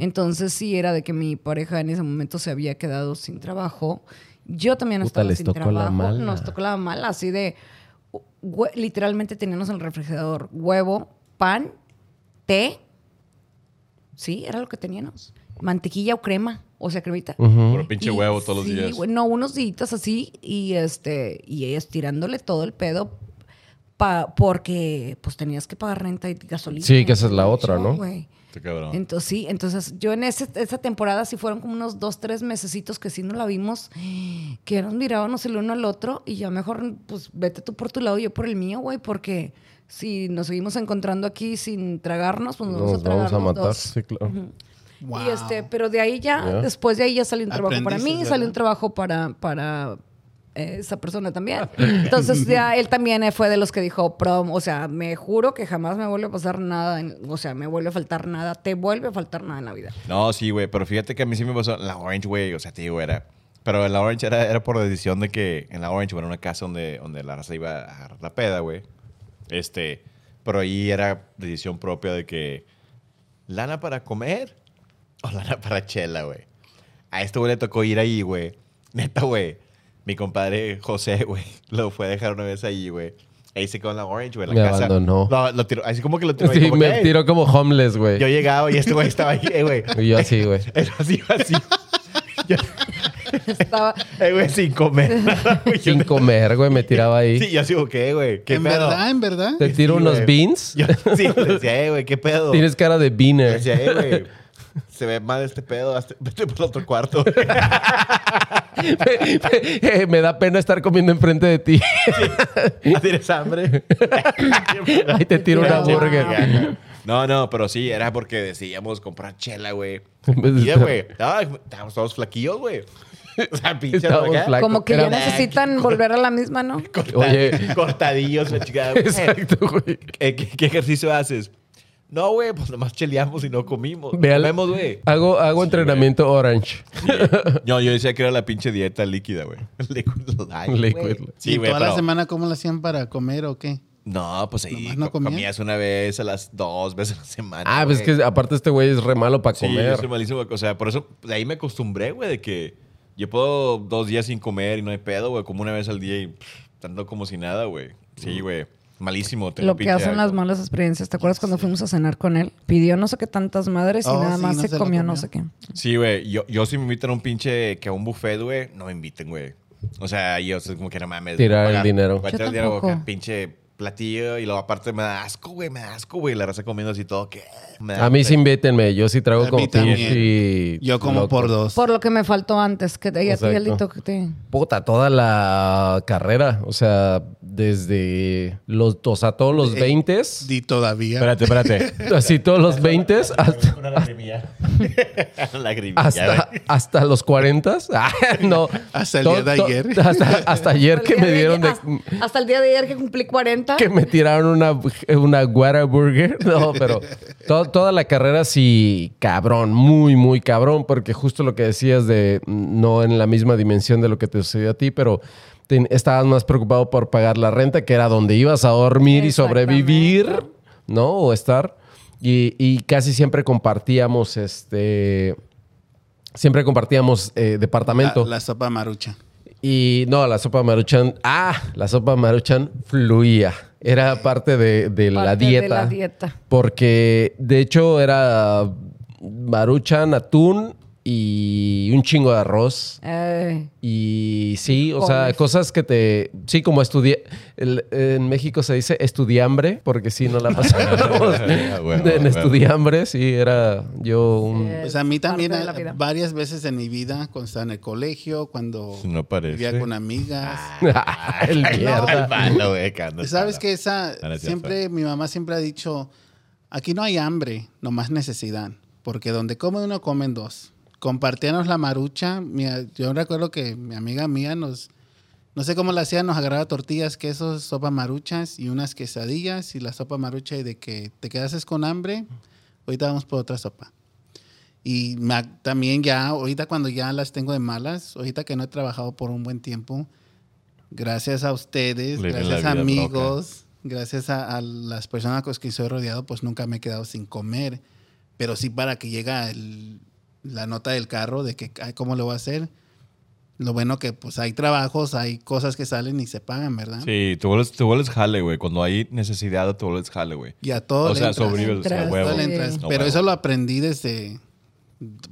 Speaker 3: Entonces sí era de que mi pareja en ese momento se había quedado sin trabajo. Yo también
Speaker 2: Puta,
Speaker 3: estaba
Speaker 2: les
Speaker 3: sin
Speaker 2: tocó la
Speaker 3: trabajo.
Speaker 2: mala.
Speaker 3: Nos tocó la mala, así de hue- literalmente teníamos en el refrigerador huevo, pan, té. Sí, era lo que teníamos. Mantequilla o crema, o sea, cremita.
Speaker 1: Puro pinche
Speaker 3: Y
Speaker 1: huevo todos
Speaker 3: sí,
Speaker 1: los días.
Speaker 3: güey, no, unos días así y este y ellos tirándole todo el pedo pa- porque pues tenías que pagar renta y gasolina.
Speaker 2: Sí, que esa es la otra, ¿no?
Speaker 3: Güey.
Speaker 1: Está cabrón.
Speaker 3: Entonces, sí, entonces yo en ese- esa temporada sí fueron como unos dos, tres mesecitos que sí no la vimos, que nos mirábamos el uno al otro y ya mejor, pues vete tú por tu lado y yo por el mío, güey, porque si nos seguimos encontrando aquí sin tragarnos, pues nos, vamos a
Speaker 2: Nos
Speaker 3: tragar
Speaker 2: vamos a
Speaker 3: los
Speaker 2: matar.
Speaker 3: dos.
Speaker 2: Sí, claro.
Speaker 4: Wow.
Speaker 3: Y este, pero de ahí ya,
Speaker 2: Ya.
Speaker 3: después de ahí ya salió un trabajo para
Speaker 4: Aprendices,
Speaker 3: mí,
Speaker 4: ¿verdad?
Speaker 3: salió un trabajo para, para eh, esa persona también. Entonces ya él también eh, fue de los que dijo, prom, o sea, me juro que jamás me vuelve a pasar nada, en- o sea, me vuelve a faltar nada, te vuelve a faltar nada en la vida.
Speaker 1: No, sí, güey, pero fíjate que a mí sí me pasó la Orange, güey, o sea, te digo, era... Pero en la Orange era, era por decisión de que en la Orange, bueno, era una casa donde, donde la raza iba a agarrar la peda, güey. Este, pero ahí era decisión propia de que lana para comer o lana para chela, güey. A este güey le tocó ir ahí, güey. Neta, güey. Mi compadre José, güey, (laughs) lo fue a dejar una vez ahí, güey. Ahí se quedó en la Orange, güey, en la
Speaker 2: Me
Speaker 1: casa.
Speaker 2: abandonó.
Speaker 1: No, lo tiró, así como que lo tiró. ahí,
Speaker 2: Sí,
Speaker 1: como que,
Speaker 2: me
Speaker 1: "Ey".
Speaker 2: tiró como homeless, güey.
Speaker 1: Yo llegaba y este güey estaba ahí, (laughs) eh, güey.
Speaker 2: Y yo así, güey.
Speaker 1: Él así, así.
Speaker 3: Estaba,
Speaker 1: Eh, güey, sin comer. nada, güey.
Speaker 2: Sin comer, güey, me tiraba ahí.
Speaker 1: Sí, yo así, ¿qué, güey? ¿Qué
Speaker 4: en
Speaker 1: pedo?
Speaker 4: verdad, en verdad.
Speaker 2: Te tiro
Speaker 1: Sí,
Speaker 2: unos
Speaker 1: güey.
Speaker 2: beans.
Speaker 1: Yo, sí, le decía, eh, güey, ¿qué
Speaker 2: (laughs)
Speaker 1: pedo?
Speaker 2: Tienes cara de
Speaker 1: Le
Speaker 2: beaner.
Speaker 1: decía, eh, güey, se ve mal este pedo. hazte- vete por el otro cuarto. (laughs)
Speaker 2: me, me- eh, (laughs) me da pena estar comiendo enfrente de
Speaker 4: (laughs)
Speaker 2: ti.
Speaker 1: ¿Tienes
Speaker 2: (laughs)
Speaker 1: hambre?
Speaker 2: Ahí te tiro una
Speaker 3: Wow.
Speaker 2: burger.
Speaker 1: No, no, pero sí, era porque decíamos comprar chela, güey.
Speaker 2: Pues,
Speaker 1: Y ya, güey, ah, estábamos todos flaquillos, güey. O sea, pinche
Speaker 2: Estábamos
Speaker 1: acá.
Speaker 2: flacos.
Speaker 3: como que
Speaker 2: Era-
Speaker 3: ya necesitan volver a la misma, ¿no?
Speaker 2: Oye.
Speaker 1: Cortadillos, la chica. güey.
Speaker 2: (laughs) Exacto, güey.
Speaker 1: Eh, ¿qué, qué ejercicio haces? No, güey, pues nomás cheleamos y no comimos.
Speaker 2: Ve al- (laughs)
Speaker 1: Comemos, güey.
Speaker 2: Hago, hago entrenamiento orange.
Speaker 1: No, yo decía que era la pinche dieta líquida, güey. (laughs) Liquid life.
Speaker 2: Liquid.
Speaker 1: Sí,
Speaker 4: ¿Y
Speaker 1: güey,
Speaker 4: toda
Speaker 1: pero-
Speaker 4: la semana cómo la hacían para comer o qué?
Speaker 1: No, pues ahí
Speaker 4: ¿Nomás no
Speaker 1: co-
Speaker 4: comías?
Speaker 1: comías una vez a las dos veces a la semana.
Speaker 2: Ah, pues
Speaker 1: güey.
Speaker 2: es que aparte este güey es re malo para
Speaker 1: Sí,
Speaker 2: comer.
Speaker 1: yo soy malísimo. O sea, por eso de ahí me acostumbré, güey, de que yo puedo dos días sin comer y no hay pedo, güey. Como una vez al día y pff, tanto como si nada, güey. Sí, güey. Malísimo. tengo
Speaker 3: Lo que
Speaker 1: pinche
Speaker 3: hacen las
Speaker 1: asco.
Speaker 3: malas experiencias. ¿Te acuerdas cuando fuimos a cenar con él? Pidió no sé qué tantas madres y
Speaker 4: Oh,
Speaker 3: nada
Speaker 4: sí,
Speaker 3: más
Speaker 4: no
Speaker 3: se,
Speaker 4: se lo
Speaker 3: comió no
Speaker 4: comió.
Speaker 3: sé qué.
Speaker 1: Sí, güey. Yo, yo si me invitan a un pinche que a un buffet, güey, no me inviten, güey. O sea, yo soy como que no mames.
Speaker 2: Tirar
Speaker 1: voy a
Speaker 2: el dinero.
Speaker 1: Voy
Speaker 3: Yo
Speaker 1: a tirar el dinero
Speaker 3: tampoco.
Speaker 1: acá, pinche platillo y luego aparte me da asco, güey, me da asco, güey. La raza comiendo así todo, que me da-
Speaker 2: A mí sí invítenme, yo sí trago
Speaker 4: A
Speaker 2: como
Speaker 4: mí también.
Speaker 2: pinche
Speaker 4: Yo como
Speaker 2: loco.
Speaker 4: por dos.
Speaker 3: Por lo que me faltó antes, que te, y a ti,
Speaker 2: Exacto.
Speaker 3: Alito, que te...
Speaker 2: Puta, toda la carrera, o sea, desde los, o sea, todos los 20
Speaker 4: Eh, Di todavía.
Speaker 1: Espérate,
Speaker 2: (laughs)
Speaker 1: espérate.
Speaker 2: así todos los 20 hasta,
Speaker 1: Una lagrimilla. Una (laughs) lagrimilla,
Speaker 2: hasta,
Speaker 1: güey.
Speaker 2: hasta los 40 (laughs) Ah, no.
Speaker 4: Hasta el
Speaker 2: To-
Speaker 4: día de
Speaker 2: to-
Speaker 4: ayer.
Speaker 2: Hasta, hasta ayer que
Speaker 3: El día
Speaker 2: me
Speaker 3: de
Speaker 2: dieron de,
Speaker 3: ayer- Hasta, hasta el día de ayer que cumplí 40.
Speaker 2: que me tiraron una, una Whataburger. (laughs) No, pero to- toda la carrera sí, cabrón, muy, muy cabrón, porque justo lo que decías de mm, no en la misma dimensión de lo que te sucedió a ti, pero ten- estabas más preocupado por pagar la renta, que era donde ibas a dormir y sobrevivir, ¿no? O estar. Y, y casi siempre compartíamos este. Siempre compartíamos eh,
Speaker 4: La,
Speaker 2: departamento.
Speaker 4: la sopa marucha.
Speaker 2: Y no, la sopa maruchan. Ah, la sopa maruchan fluía. Era parte de, de la
Speaker 3: Parte de
Speaker 2: dieta.
Speaker 3: la dieta.
Speaker 2: Porque de hecho era maruchan, atún y un chingo de arroz.
Speaker 3: Ay,
Speaker 2: Y sí, o sea,
Speaker 3: Comes.
Speaker 2: cosas que te. Sí, como estudié. el- En México se dice estudiambre, porque sí, no la pasábamos.
Speaker 1: Ah, bueno,
Speaker 2: en
Speaker 1: bueno.
Speaker 2: estudiambre, sí, era yo un.
Speaker 3: Sí.
Speaker 4: Pues a mí
Speaker 3: Es parte
Speaker 4: también
Speaker 3: de la
Speaker 4: eh,
Speaker 3: vida.
Speaker 4: varias veces en mi vida, cuando estaba en el colegio, cuando
Speaker 1: No parece.
Speaker 4: vivía
Speaker 1: (laughs)
Speaker 4: con amigas.
Speaker 2: Ah. (laughs) el
Speaker 1: Ay,
Speaker 2: mierda.
Speaker 1: malo, güey, que andas
Speaker 4: Sabes
Speaker 1: malo.
Speaker 4: que esa
Speaker 1: no es cierto.
Speaker 4: siempre mi mamá siempre ha dicho, aquí no hay hambre, nomás necesidad, porque donde come uno comen dos. Compartíanos la marucha, mi- yo recuerdo que mi amiga mía nos no sé cómo la hacía, nos agarraba tortillas, quesos, sopa maruchas y unas quesadillas y la sopa marucha y de que te quedases con hambre, ahorita vamos por otra sopa. Y me ac- también ya, ahorita cuando ya las tengo de malas, ahorita que no he trabajado por un buen tiempo, gracias a ustedes,
Speaker 1: Vive la
Speaker 4: gracias a
Speaker 1: vida
Speaker 4: amigos, gracias a, a las personas con las que soy rodeado, pues nunca me he quedado sin comer. Pero sí para que llega el- la nota del carro de que, ay, ¿cómo lo voy a hacer? Lo bueno que pues hay trabajos, hay cosas que salen y se pagan, ¿verdad?
Speaker 1: Sí, te vuelves, te vuelves jale, güey. Cuando hay necesidad, te vuelves jale, güey.
Speaker 4: Y a todo
Speaker 1: O
Speaker 4: le
Speaker 1: sea,
Speaker 4: entras.
Speaker 1: sobrevives, o sea,
Speaker 3: Entras,
Speaker 4: Todo
Speaker 1: huevo.
Speaker 4: le entras.
Speaker 1: No,
Speaker 4: Pero
Speaker 1: huevo.
Speaker 4: eso lo aprendí desde,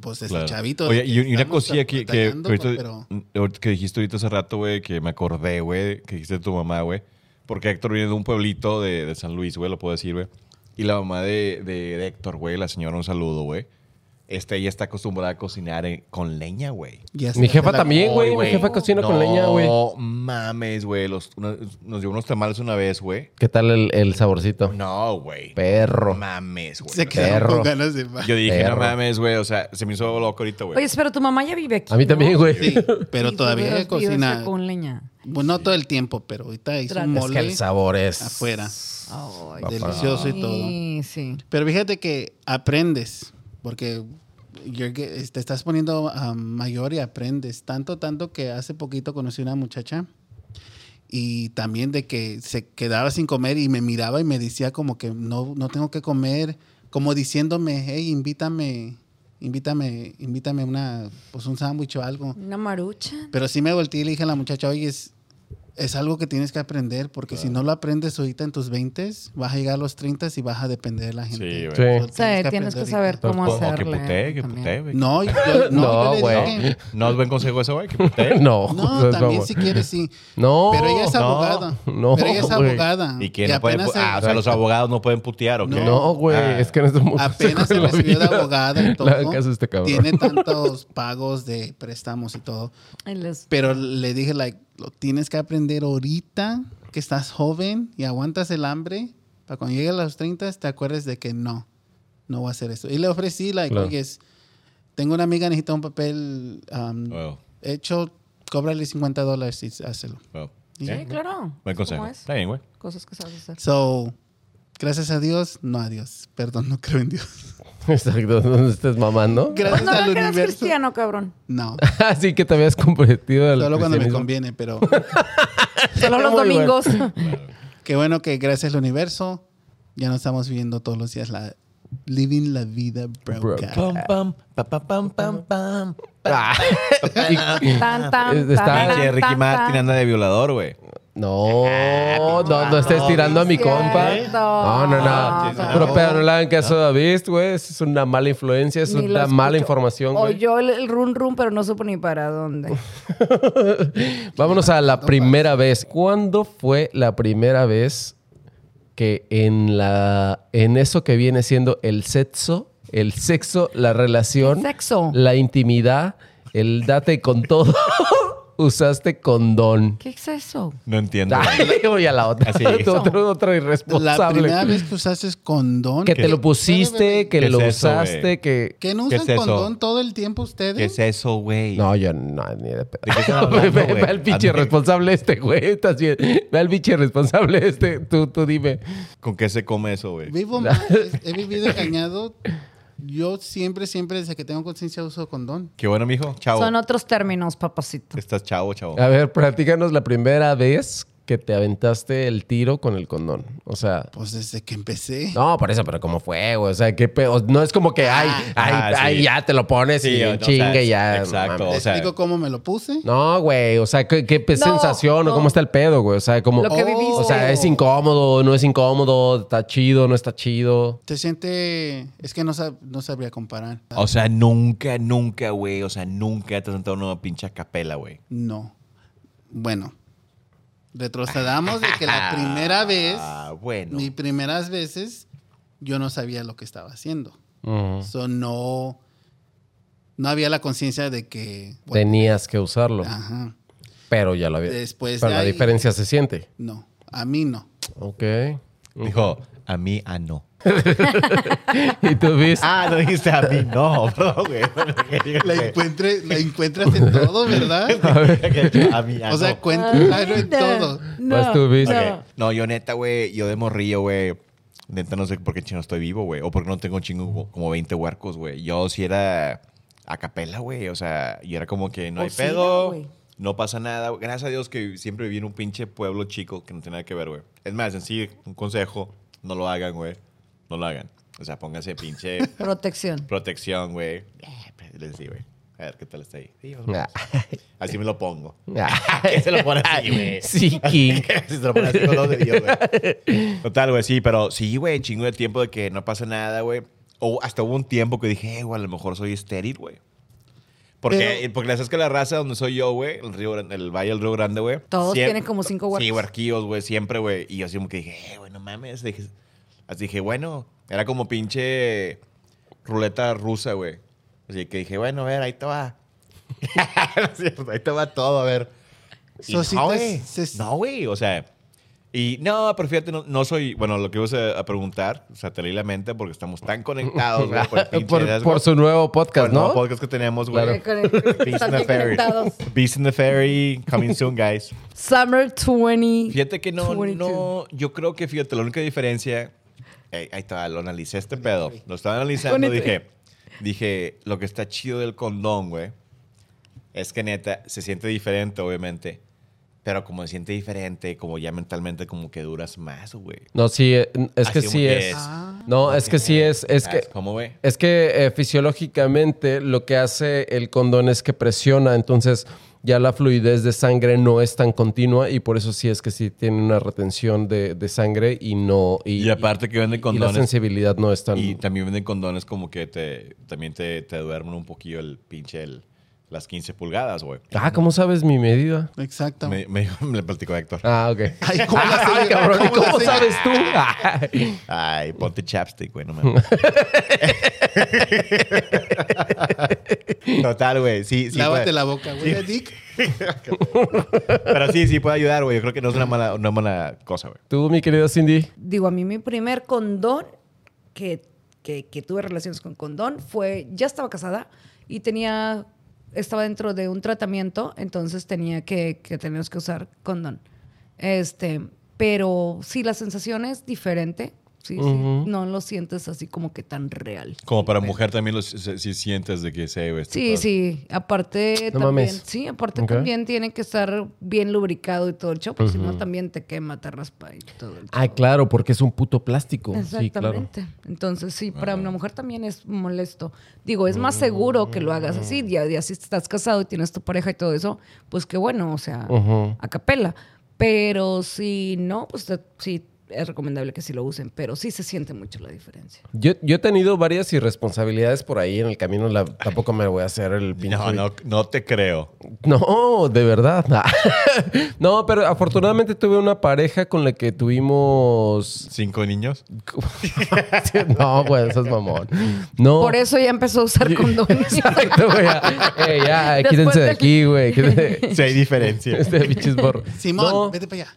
Speaker 4: pues, desde
Speaker 1: Claro.
Speaker 4: chavito.
Speaker 1: Oye,
Speaker 4: desde
Speaker 1: y,
Speaker 4: que
Speaker 1: y una
Speaker 4: estamos
Speaker 1: cosilla que, que,
Speaker 4: batallando,
Speaker 1: que ahorita-
Speaker 4: pero-
Speaker 1: ahorita que dijiste ahorita hace rato, güey, que me acordé, güey, que dijiste de tu mamá, güey. Porque Héctor viene de un pueblito de, de San Luis, güey, lo puedo decir, güey. Y la mamá de, de- de Héctor, güey, la señora, un saludo, güey. Este, ella está acostumbrada a cocinar eh, con leña, güey.
Speaker 4: y hasta
Speaker 2: Mi
Speaker 4: te
Speaker 2: jefa
Speaker 4: la-
Speaker 2: también, güey. Mi
Speaker 1: güey.
Speaker 2: jefa cocina con leña, güey.
Speaker 1: No mames, güey. los- una- Nos dio unos tamales una vez, güey.
Speaker 2: ¿Qué tal el, el saborcito?
Speaker 1: No, güey.
Speaker 2: Perro.
Speaker 1: No mames, güey.
Speaker 4: (laughs) Se quedaron
Speaker 2: Perro.
Speaker 4: con ganas de...
Speaker 1: Yo dije,
Speaker 2: Perro.
Speaker 1: no mames, güey. O sea, se me hizo loco ahorita, güey.
Speaker 3: Oye, pero tu mamá ya vive aquí.
Speaker 2: A mí
Speaker 3: ¿no?
Speaker 2: también, güey.
Speaker 4: Sí, pero
Speaker 3: (laughs) Y
Speaker 4: todavía
Speaker 3: vive-
Speaker 4: cocina...
Speaker 3: vive Con leña.
Speaker 4: Bueno, no todo el tiempo, pero ahorita hizo
Speaker 3: Tratas.
Speaker 4: un
Speaker 2: Es que
Speaker 4: mole
Speaker 2: el sabor es.
Speaker 4: afuera.
Speaker 3: Ay,
Speaker 4: Delicioso y todo.
Speaker 3: Sí, sí.
Speaker 4: Pero fíjate que aprendes, porque you're ge- te estás poniendo ah, mayor y aprendes. Tanto, tanto que hace poquito conocí una muchacha y también de que se quedaba sin comer y me miraba y me decía como que no, no tengo que comer, como diciéndome, hey, invítame, invítame, invítame una, pues un sándwich o algo.
Speaker 3: Una marucha.
Speaker 4: Pero sí me volteé y le dije a la muchacha, oye, es, es algo que tienes que aprender, porque si no lo aprendes ahorita en tus 20, vas a llegar a los 30 y vas a depender de la gente.
Speaker 1: Sí, güey.
Speaker 2: Sí.
Speaker 4: Eso
Speaker 3: O sea, tienes que
Speaker 4: aprender
Speaker 3: saber
Speaker 2: ahorita.
Speaker 3: cómo
Speaker 1: O- O
Speaker 3: hacerle.
Speaker 1: que putee, que
Speaker 3: también.
Speaker 1: putee, güey.
Speaker 4: ahorita.
Speaker 2: (laughs)
Speaker 4: No, yo, no,
Speaker 2: No,
Speaker 4: yo le
Speaker 2: güey.
Speaker 4: dije-
Speaker 1: No es buen consejo ese, güey, que
Speaker 2: (laughs)
Speaker 1: putee.
Speaker 2: No.
Speaker 4: No,
Speaker 2: eso es
Speaker 4: también
Speaker 2: como-
Speaker 4: si quieres, sí.
Speaker 2: No.
Speaker 4: pero ella es
Speaker 2: no,
Speaker 4: abogada.
Speaker 2: no,
Speaker 4: pero ella es
Speaker 2: güey.
Speaker 4: abogada.
Speaker 1: Y que no pueden.
Speaker 4: apenas
Speaker 1: pu-
Speaker 4: se-
Speaker 1: Ah, o sea, los abogados no pueden putear, ¿o qué?
Speaker 2: No, güey.
Speaker 1: Ah.
Speaker 2: Es que no (laughs) estamos.
Speaker 4: apenas se recibió de abogada y
Speaker 2: (laughs)
Speaker 4: todo.
Speaker 2: La casa este cabrón.
Speaker 4: Tiene tantos pagos de préstamos y todo.
Speaker 3: Ay, les-
Speaker 4: Pero le dije, like, lo tienes que aprender ahorita que estás joven y aguantas el hambre para cuando llegues a los 30 te acuerdes de que no, no voy a hacer eso. Y le ofrecí, like,
Speaker 2: Claro.
Speaker 4: oye, es- tengo una amiga, necesita un papel um,
Speaker 2: Ah.
Speaker 1: Wow,
Speaker 4: hecho, cóbrale 50 dólares y hácelo.
Speaker 1: wow.
Speaker 4: Sí,
Speaker 1: Bien,
Speaker 3: Sí, claro.
Speaker 1: Buen consejo.
Speaker 3: ¿Cómo es?
Speaker 1: Está bien, güey.
Speaker 3: Cosas que sabes hacer.
Speaker 4: So, gracias a Dios, no a Dios. Perdón, no creo en Dios.
Speaker 2: (laughs) Exacto. Donde estés mamando.
Speaker 4: Gracias
Speaker 3: Pues No, no
Speaker 4: al
Speaker 3: que eres
Speaker 4: universo.
Speaker 3: cristiano, cabrón.
Speaker 4: No,
Speaker 2: (laughs) Así que te habías convertido al.
Speaker 4: solo cuando me
Speaker 2: cristianismo.
Speaker 4: conviene, pero
Speaker 3: Solo
Speaker 2: (laughs)
Speaker 3: los
Speaker 2: Muy bueno. (laughs)
Speaker 3: domingos.
Speaker 4: qué bueno que gracias al universo ya no estamos viviendo todos los días la living la vida broca.
Speaker 2: Broca.
Speaker 1: pam, pa, pa, pam, pam, pam.
Speaker 2: Ah, Está-
Speaker 3: Tan, tan, tan,
Speaker 1: Pinche
Speaker 3: tan,
Speaker 1: Ricky
Speaker 3: tan,
Speaker 1: Martin
Speaker 3: tan.
Speaker 1: anda de violador, güey.
Speaker 2: No,
Speaker 4: Ah,
Speaker 2: no, no estés tirando a mi
Speaker 3: Cierto.
Speaker 2: compa. No, no,
Speaker 4: Ah,
Speaker 2: no.
Speaker 3: No,
Speaker 2: Pero, pero no le hagan caso a David, güey. Es una mala influencia, es
Speaker 3: Ni lo
Speaker 2: una mala
Speaker 3: escucho.
Speaker 2: información, güey.
Speaker 3: Oyó el, el run run, pero no supo ni para dónde.
Speaker 2: Vámonos a la primera vez. ¿Cuándo fue la primera vez que en la en eso que viene siendo el sexo, el sexo, la relación,
Speaker 3: Sexo.
Speaker 2: la intimidad, el date con todo, (laughs) usaste condón?
Speaker 3: ¿Qué es eso?
Speaker 1: No entiendo.
Speaker 2: Ay, voy a la otra.
Speaker 1: Así.
Speaker 2: Otro, otro irresponsable.
Speaker 4: La primera vez que usaste condón.
Speaker 2: Que te lo pusiste, que
Speaker 1: ¿Qué es
Speaker 2: lo
Speaker 1: eso,
Speaker 2: usaste,
Speaker 1: güey?
Speaker 2: que...
Speaker 4: ¿Que no
Speaker 1: ¿Qué
Speaker 4: usan
Speaker 1: es eso?
Speaker 4: condón todo el tiempo ustedes?
Speaker 1: ¿Qué es eso, güey?
Speaker 2: No, yo no, ni de pedo.
Speaker 1: ¿De qué están
Speaker 2: (laughs) Ve,
Speaker 1: hablando,
Speaker 2: ve-
Speaker 1: güey?
Speaker 2: ve al pinche
Speaker 1: Ande-
Speaker 2: responsable este, güey. Estás bien. Ve al pinche responsable este. Tú, tú dime.
Speaker 1: ¿Con qué se come eso, güey?
Speaker 4: Vivo más, he vivido engañado Yo siempre, siempre, desde que tengo conciencia uso condón.
Speaker 1: Qué bueno, mijo. Chavo.
Speaker 3: Son otros términos, papacito.
Speaker 1: Estás chavo, chavo.
Speaker 2: A ver, platícanos la primera vez que te aventaste el tiro con el condón. O sea.
Speaker 4: Pues desde que empecé.
Speaker 2: No, por eso, pero ¿cómo fue? güey? O sea, ¿qué pe- o- No es como que, ay, ay,
Speaker 1: Ah, sí.
Speaker 2: ay, ya te lo pones
Speaker 1: Sí,
Speaker 2: y
Speaker 1: o- o sea,
Speaker 2: chingue ya.
Speaker 1: exacto.
Speaker 2: no
Speaker 4: Te
Speaker 2: mames.
Speaker 1: o sea-
Speaker 4: explico cómo me lo puse.
Speaker 2: No, güey. O sea, ¿qué, qué pe-
Speaker 3: No,
Speaker 2: sensación o
Speaker 3: no.
Speaker 2: cómo está el pedo, güey? O sea, como.
Speaker 3: Lo que
Speaker 4: Oh.
Speaker 3: viviste.
Speaker 2: O sea, es incómodo, no es incómodo, está chido, no está chido.
Speaker 4: Te siente... Es que no, sab- no sabría comparar.
Speaker 1: O sea, nunca, nunca, güey. O sea, nunca te has sentado en una pinche capela, güey.
Speaker 4: No. Bueno. Retrocedamos de que la primera vez,
Speaker 1: Ah, bueno.
Speaker 4: mis primeras veces, yo no sabía lo que estaba haciendo.
Speaker 1: Mm.
Speaker 2: Ujú.
Speaker 4: So, no, no había la conciencia de que... bueno,
Speaker 2: Tenías que usarlo,
Speaker 3: Ah.
Speaker 4: ajá.
Speaker 2: pero ya lo había.
Speaker 4: Después
Speaker 2: pero
Speaker 4: de
Speaker 2: la
Speaker 4: ahí-
Speaker 2: diferencia se siente.
Speaker 4: No, a mí no.
Speaker 2: Ok. (laughs)
Speaker 1: Dijo, a mí, ah, no.
Speaker 2: ¿Y tú viste?
Speaker 1: Ah, no dijiste a mí, no, (laughs) bro, güey.
Speaker 4: La, encuentre, la encuentras en todo, ¿verdad?
Speaker 1: (laughs) a mí, ah,
Speaker 4: O sea,
Speaker 1: no.
Speaker 3: (laughs)
Speaker 4: encuentras en todo.
Speaker 1: Pues
Speaker 2: Vas Pues tú, Viz.
Speaker 3: no.
Speaker 1: Ok. No, yo neta, güey, yo de morrillo, güey. Neta, no sé por qué chino estoy vivo, güey. O porque no tengo chingo como- como 20 huercos, güey. Yo sí era a capela, güey. O sea, y era como que no
Speaker 3: O
Speaker 1: hay
Speaker 3: sí,
Speaker 1: pedo.
Speaker 3: güey.
Speaker 1: No pasa nada. Gracias a Dios que siempre viví en un pinche pueblo chico que no tiene nada que ver, güey. Es más, en sí, un consejo, no lo hagan, güey. No lo hagan. O sea, pónganse pinche
Speaker 3: Protección.
Speaker 1: protección, güey. Eh, pues, Les di, güey. A ver qué tal está ahí. Sí, más o menos.
Speaker 2: Ah,
Speaker 1: Así me lo pongo. (laughs)
Speaker 2: ah.
Speaker 1: ¿Quién se lo pone así, güey?
Speaker 2: (laughs) Sí, King.
Speaker 1: Si se lo pones así con los dedillos, güey. Total, güey, sí, pero sí, güey, chingo de tiempo de que no pasa nada, güey. O hasta hubo un tiempo que dije, eh, güey, a lo mejor soy estéril, güey. Porque, eh,
Speaker 4: Pero-
Speaker 1: porque la sabes que la raza donde soy yo, güey, el, río, Gran- el Valle del Río Grande, güey.
Speaker 3: Todos
Speaker 1: siem-
Speaker 3: tienen como cinco huercos.
Speaker 1: Sí, huerquillos, güey, siempre, güey. Y yo así como que dije, eh, güey, no mames. Dije- así dije, bueno, era como pinche ruleta rusa, güey. Así que dije, bueno, a ver, ahí te va. (laughs) No es cierto, ahí te va todo, a ver. Y
Speaker 4: So, sí
Speaker 1: no,
Speaker 4: te-
Speaker 1: güey.
Speaker 4: se-
Speaker 1: No, güey, o sea. Y no, pero fíjate, no, no soy. Bueno, lo que ibas a, a preguntar, o sea, te leí la mente porque estamos tan conectados, güey, por el
Speaker 2: (laughs)
Speaker 1: pinche
Speaker 2: Por,
Speaker 1: Edasgo,
Speaker 2: por su nuevo
Speaker 1: por
Speaker 2: podcast,
Speaker 1: el nuevo
Speaker 2: ¿no?
Speaker 1: podcast que tenemos, güey.
Speaker 3: Claro.
Speaker 1: Beast in the
Speaker 3: Están
Speaker 1: Ferry.
Speaker 3: conectados.
Speaker 1: Beast in the Ferry, coming soon, guys.
Speaker 3: Summer 20.
Speaker 1: Fíjate que no,
Speaker 3: 22.
Speaker 1: no. Yo creo que, fíjate, la única diferencia. Ey, ahí está, lo analicé este pedo. Lo estaba analizando,
Speaker 3: 23.
Speaker 1: dije. Dije, lo que está chido del condón, güey, es que neta, se siente diferente, obviamente. Pero como se siente diferente, como ya mentalmente, como que duras más, güey.
Speaker 2: No, sí, eh, es que
Speaker 1: Así
Speaker 2: sí
Speaker 1: como
Speaker 2: es. No, es que sí es. Es que,
Speaker 1: ¿Sabes ¿Cómo, güey?
Speaker 2: es que eh, fisiológicamente lo que hace el condón es que presiona, entonces ya la fluidez de sangre no es tan continua y por eso sí es que sí tiene una retención de, de sangre y no. Y,
Speaker 1: Y aparte que venden
Speaker 2: y la
Speaker 1: condones.
Speaker 2: sensibilidad no es tan.
Speaker 1: Y también venden condones como que te, también te, te duermen un poquillo el pinche, el- las 15 pulgadas, güey.
Speaker 2: Ah, ¿cómo sabes mi medida?
Speaker 4: Exacto.
Speaker 1: Me, me, dijo- (laughs) me platicó Héctor.
Speaker 2: Ah, ok.
Speaker 4: Ay, (laughs) ¿cómo
Speaker 2: (laughs)
Speaker 4: la sé?
Speaker 2: Ay, cabrón, ¿y
Speaker 4: ¿Cómo la
Speaker 2: ¿cómo
Speaker 4: sé?
Speaker 2: sabes tú? Ay.
Speaker 1: (laughs) Ay, ponte chapstick, güey,
Speaker 3: (laughs)
Speaker 1: no mames. Total, güey. Sí, sí.
Speaker 4: Lávate
Speaker 1: puede-
Speaker 4: la boca, güey. Dick.
Speaker 1: Pero sí, sí puede ayudar, güey. Yo creo que no es una mala, una mala cosa, güey.
Speaker 2: (laughs) Tú, mi querida Cindy.
Speaker 3: Digo, a mí mi primer condón que, que, que tuve relaciones con condón fue, ya estaba casada y tenía, estaba dentro de un tratamiento, entonces tenía que, que teníamos que usar condón. Este, pero sí, la sensación es diferente. Sí, sí, no lo sientes así como que tan real.
Speaker 1: Como para mujer también lo, si, sientes de que se, güey.
Speaker 3: Sí, sí. Aparte
Speaker 2: No
Speaker 3: también,
Speaker 2: mames.
Speaker 3: sí, aparte
Speaker 2: Ok.
Speaker 3: también tiene que estar bien lubricado y todo el show, porque si no también te quema, te raspa y todo el
Speaker 2: Ah,
Speaker 3: show.
Speaker 2: claro, porque es un puto plástico. Sí, claro.
Speaker 3: Exactamente. Entonces, sí, para una mujer también es molesto. Digo, es más seguro que lo hagas así.
Speaker 2: Mm.
Speaker 3: Ya, ya si estás casado y tienes tu pareja y todo eso, pues qué bueno, o sea,
Speaker 2: Ujú.
Speaker 3: a capela. Pero si no, pues te- sí es recomendable que sí lo usen, pero sí se siente mucho la diferencia.
Speaker 2: Yo, yo he tenido varias irresponsabilidades por ahí en el camino. la- tampoco me voy a hacer el pinche.
Speaker 1: No, no, no te creo.
Speaker 2: No, de verdad. (laughs) nah. no, pero afortunadamente tuve una pareja con la que tuvimos. (laughs)
Speaker 3: (laughs)
Speaker 1: ¿Cinco niños?
Speaker 2: no, güey, eso es mamón. No.
Speaker 3: Por eso ya empezó a usar
Speaker 2: (laughs)
Speaker 3: condones.
Speaker 1: (laughs)
Speaker 2: Exacto, güey. ya. Ey, ya,
Speaker 3: Después
Speaker 2: quítense de
Speaker 3: del-
Speaker 2: aquí, güey.
Speaker 3: (laughs)
Speaker 2: quítense-
Speaker 1: Sí hay diferencia.
Speaker 2: Este bichis borro.
Speaker 4: Simón,
Speaker 2: No.
Speaker 4: vete para allá.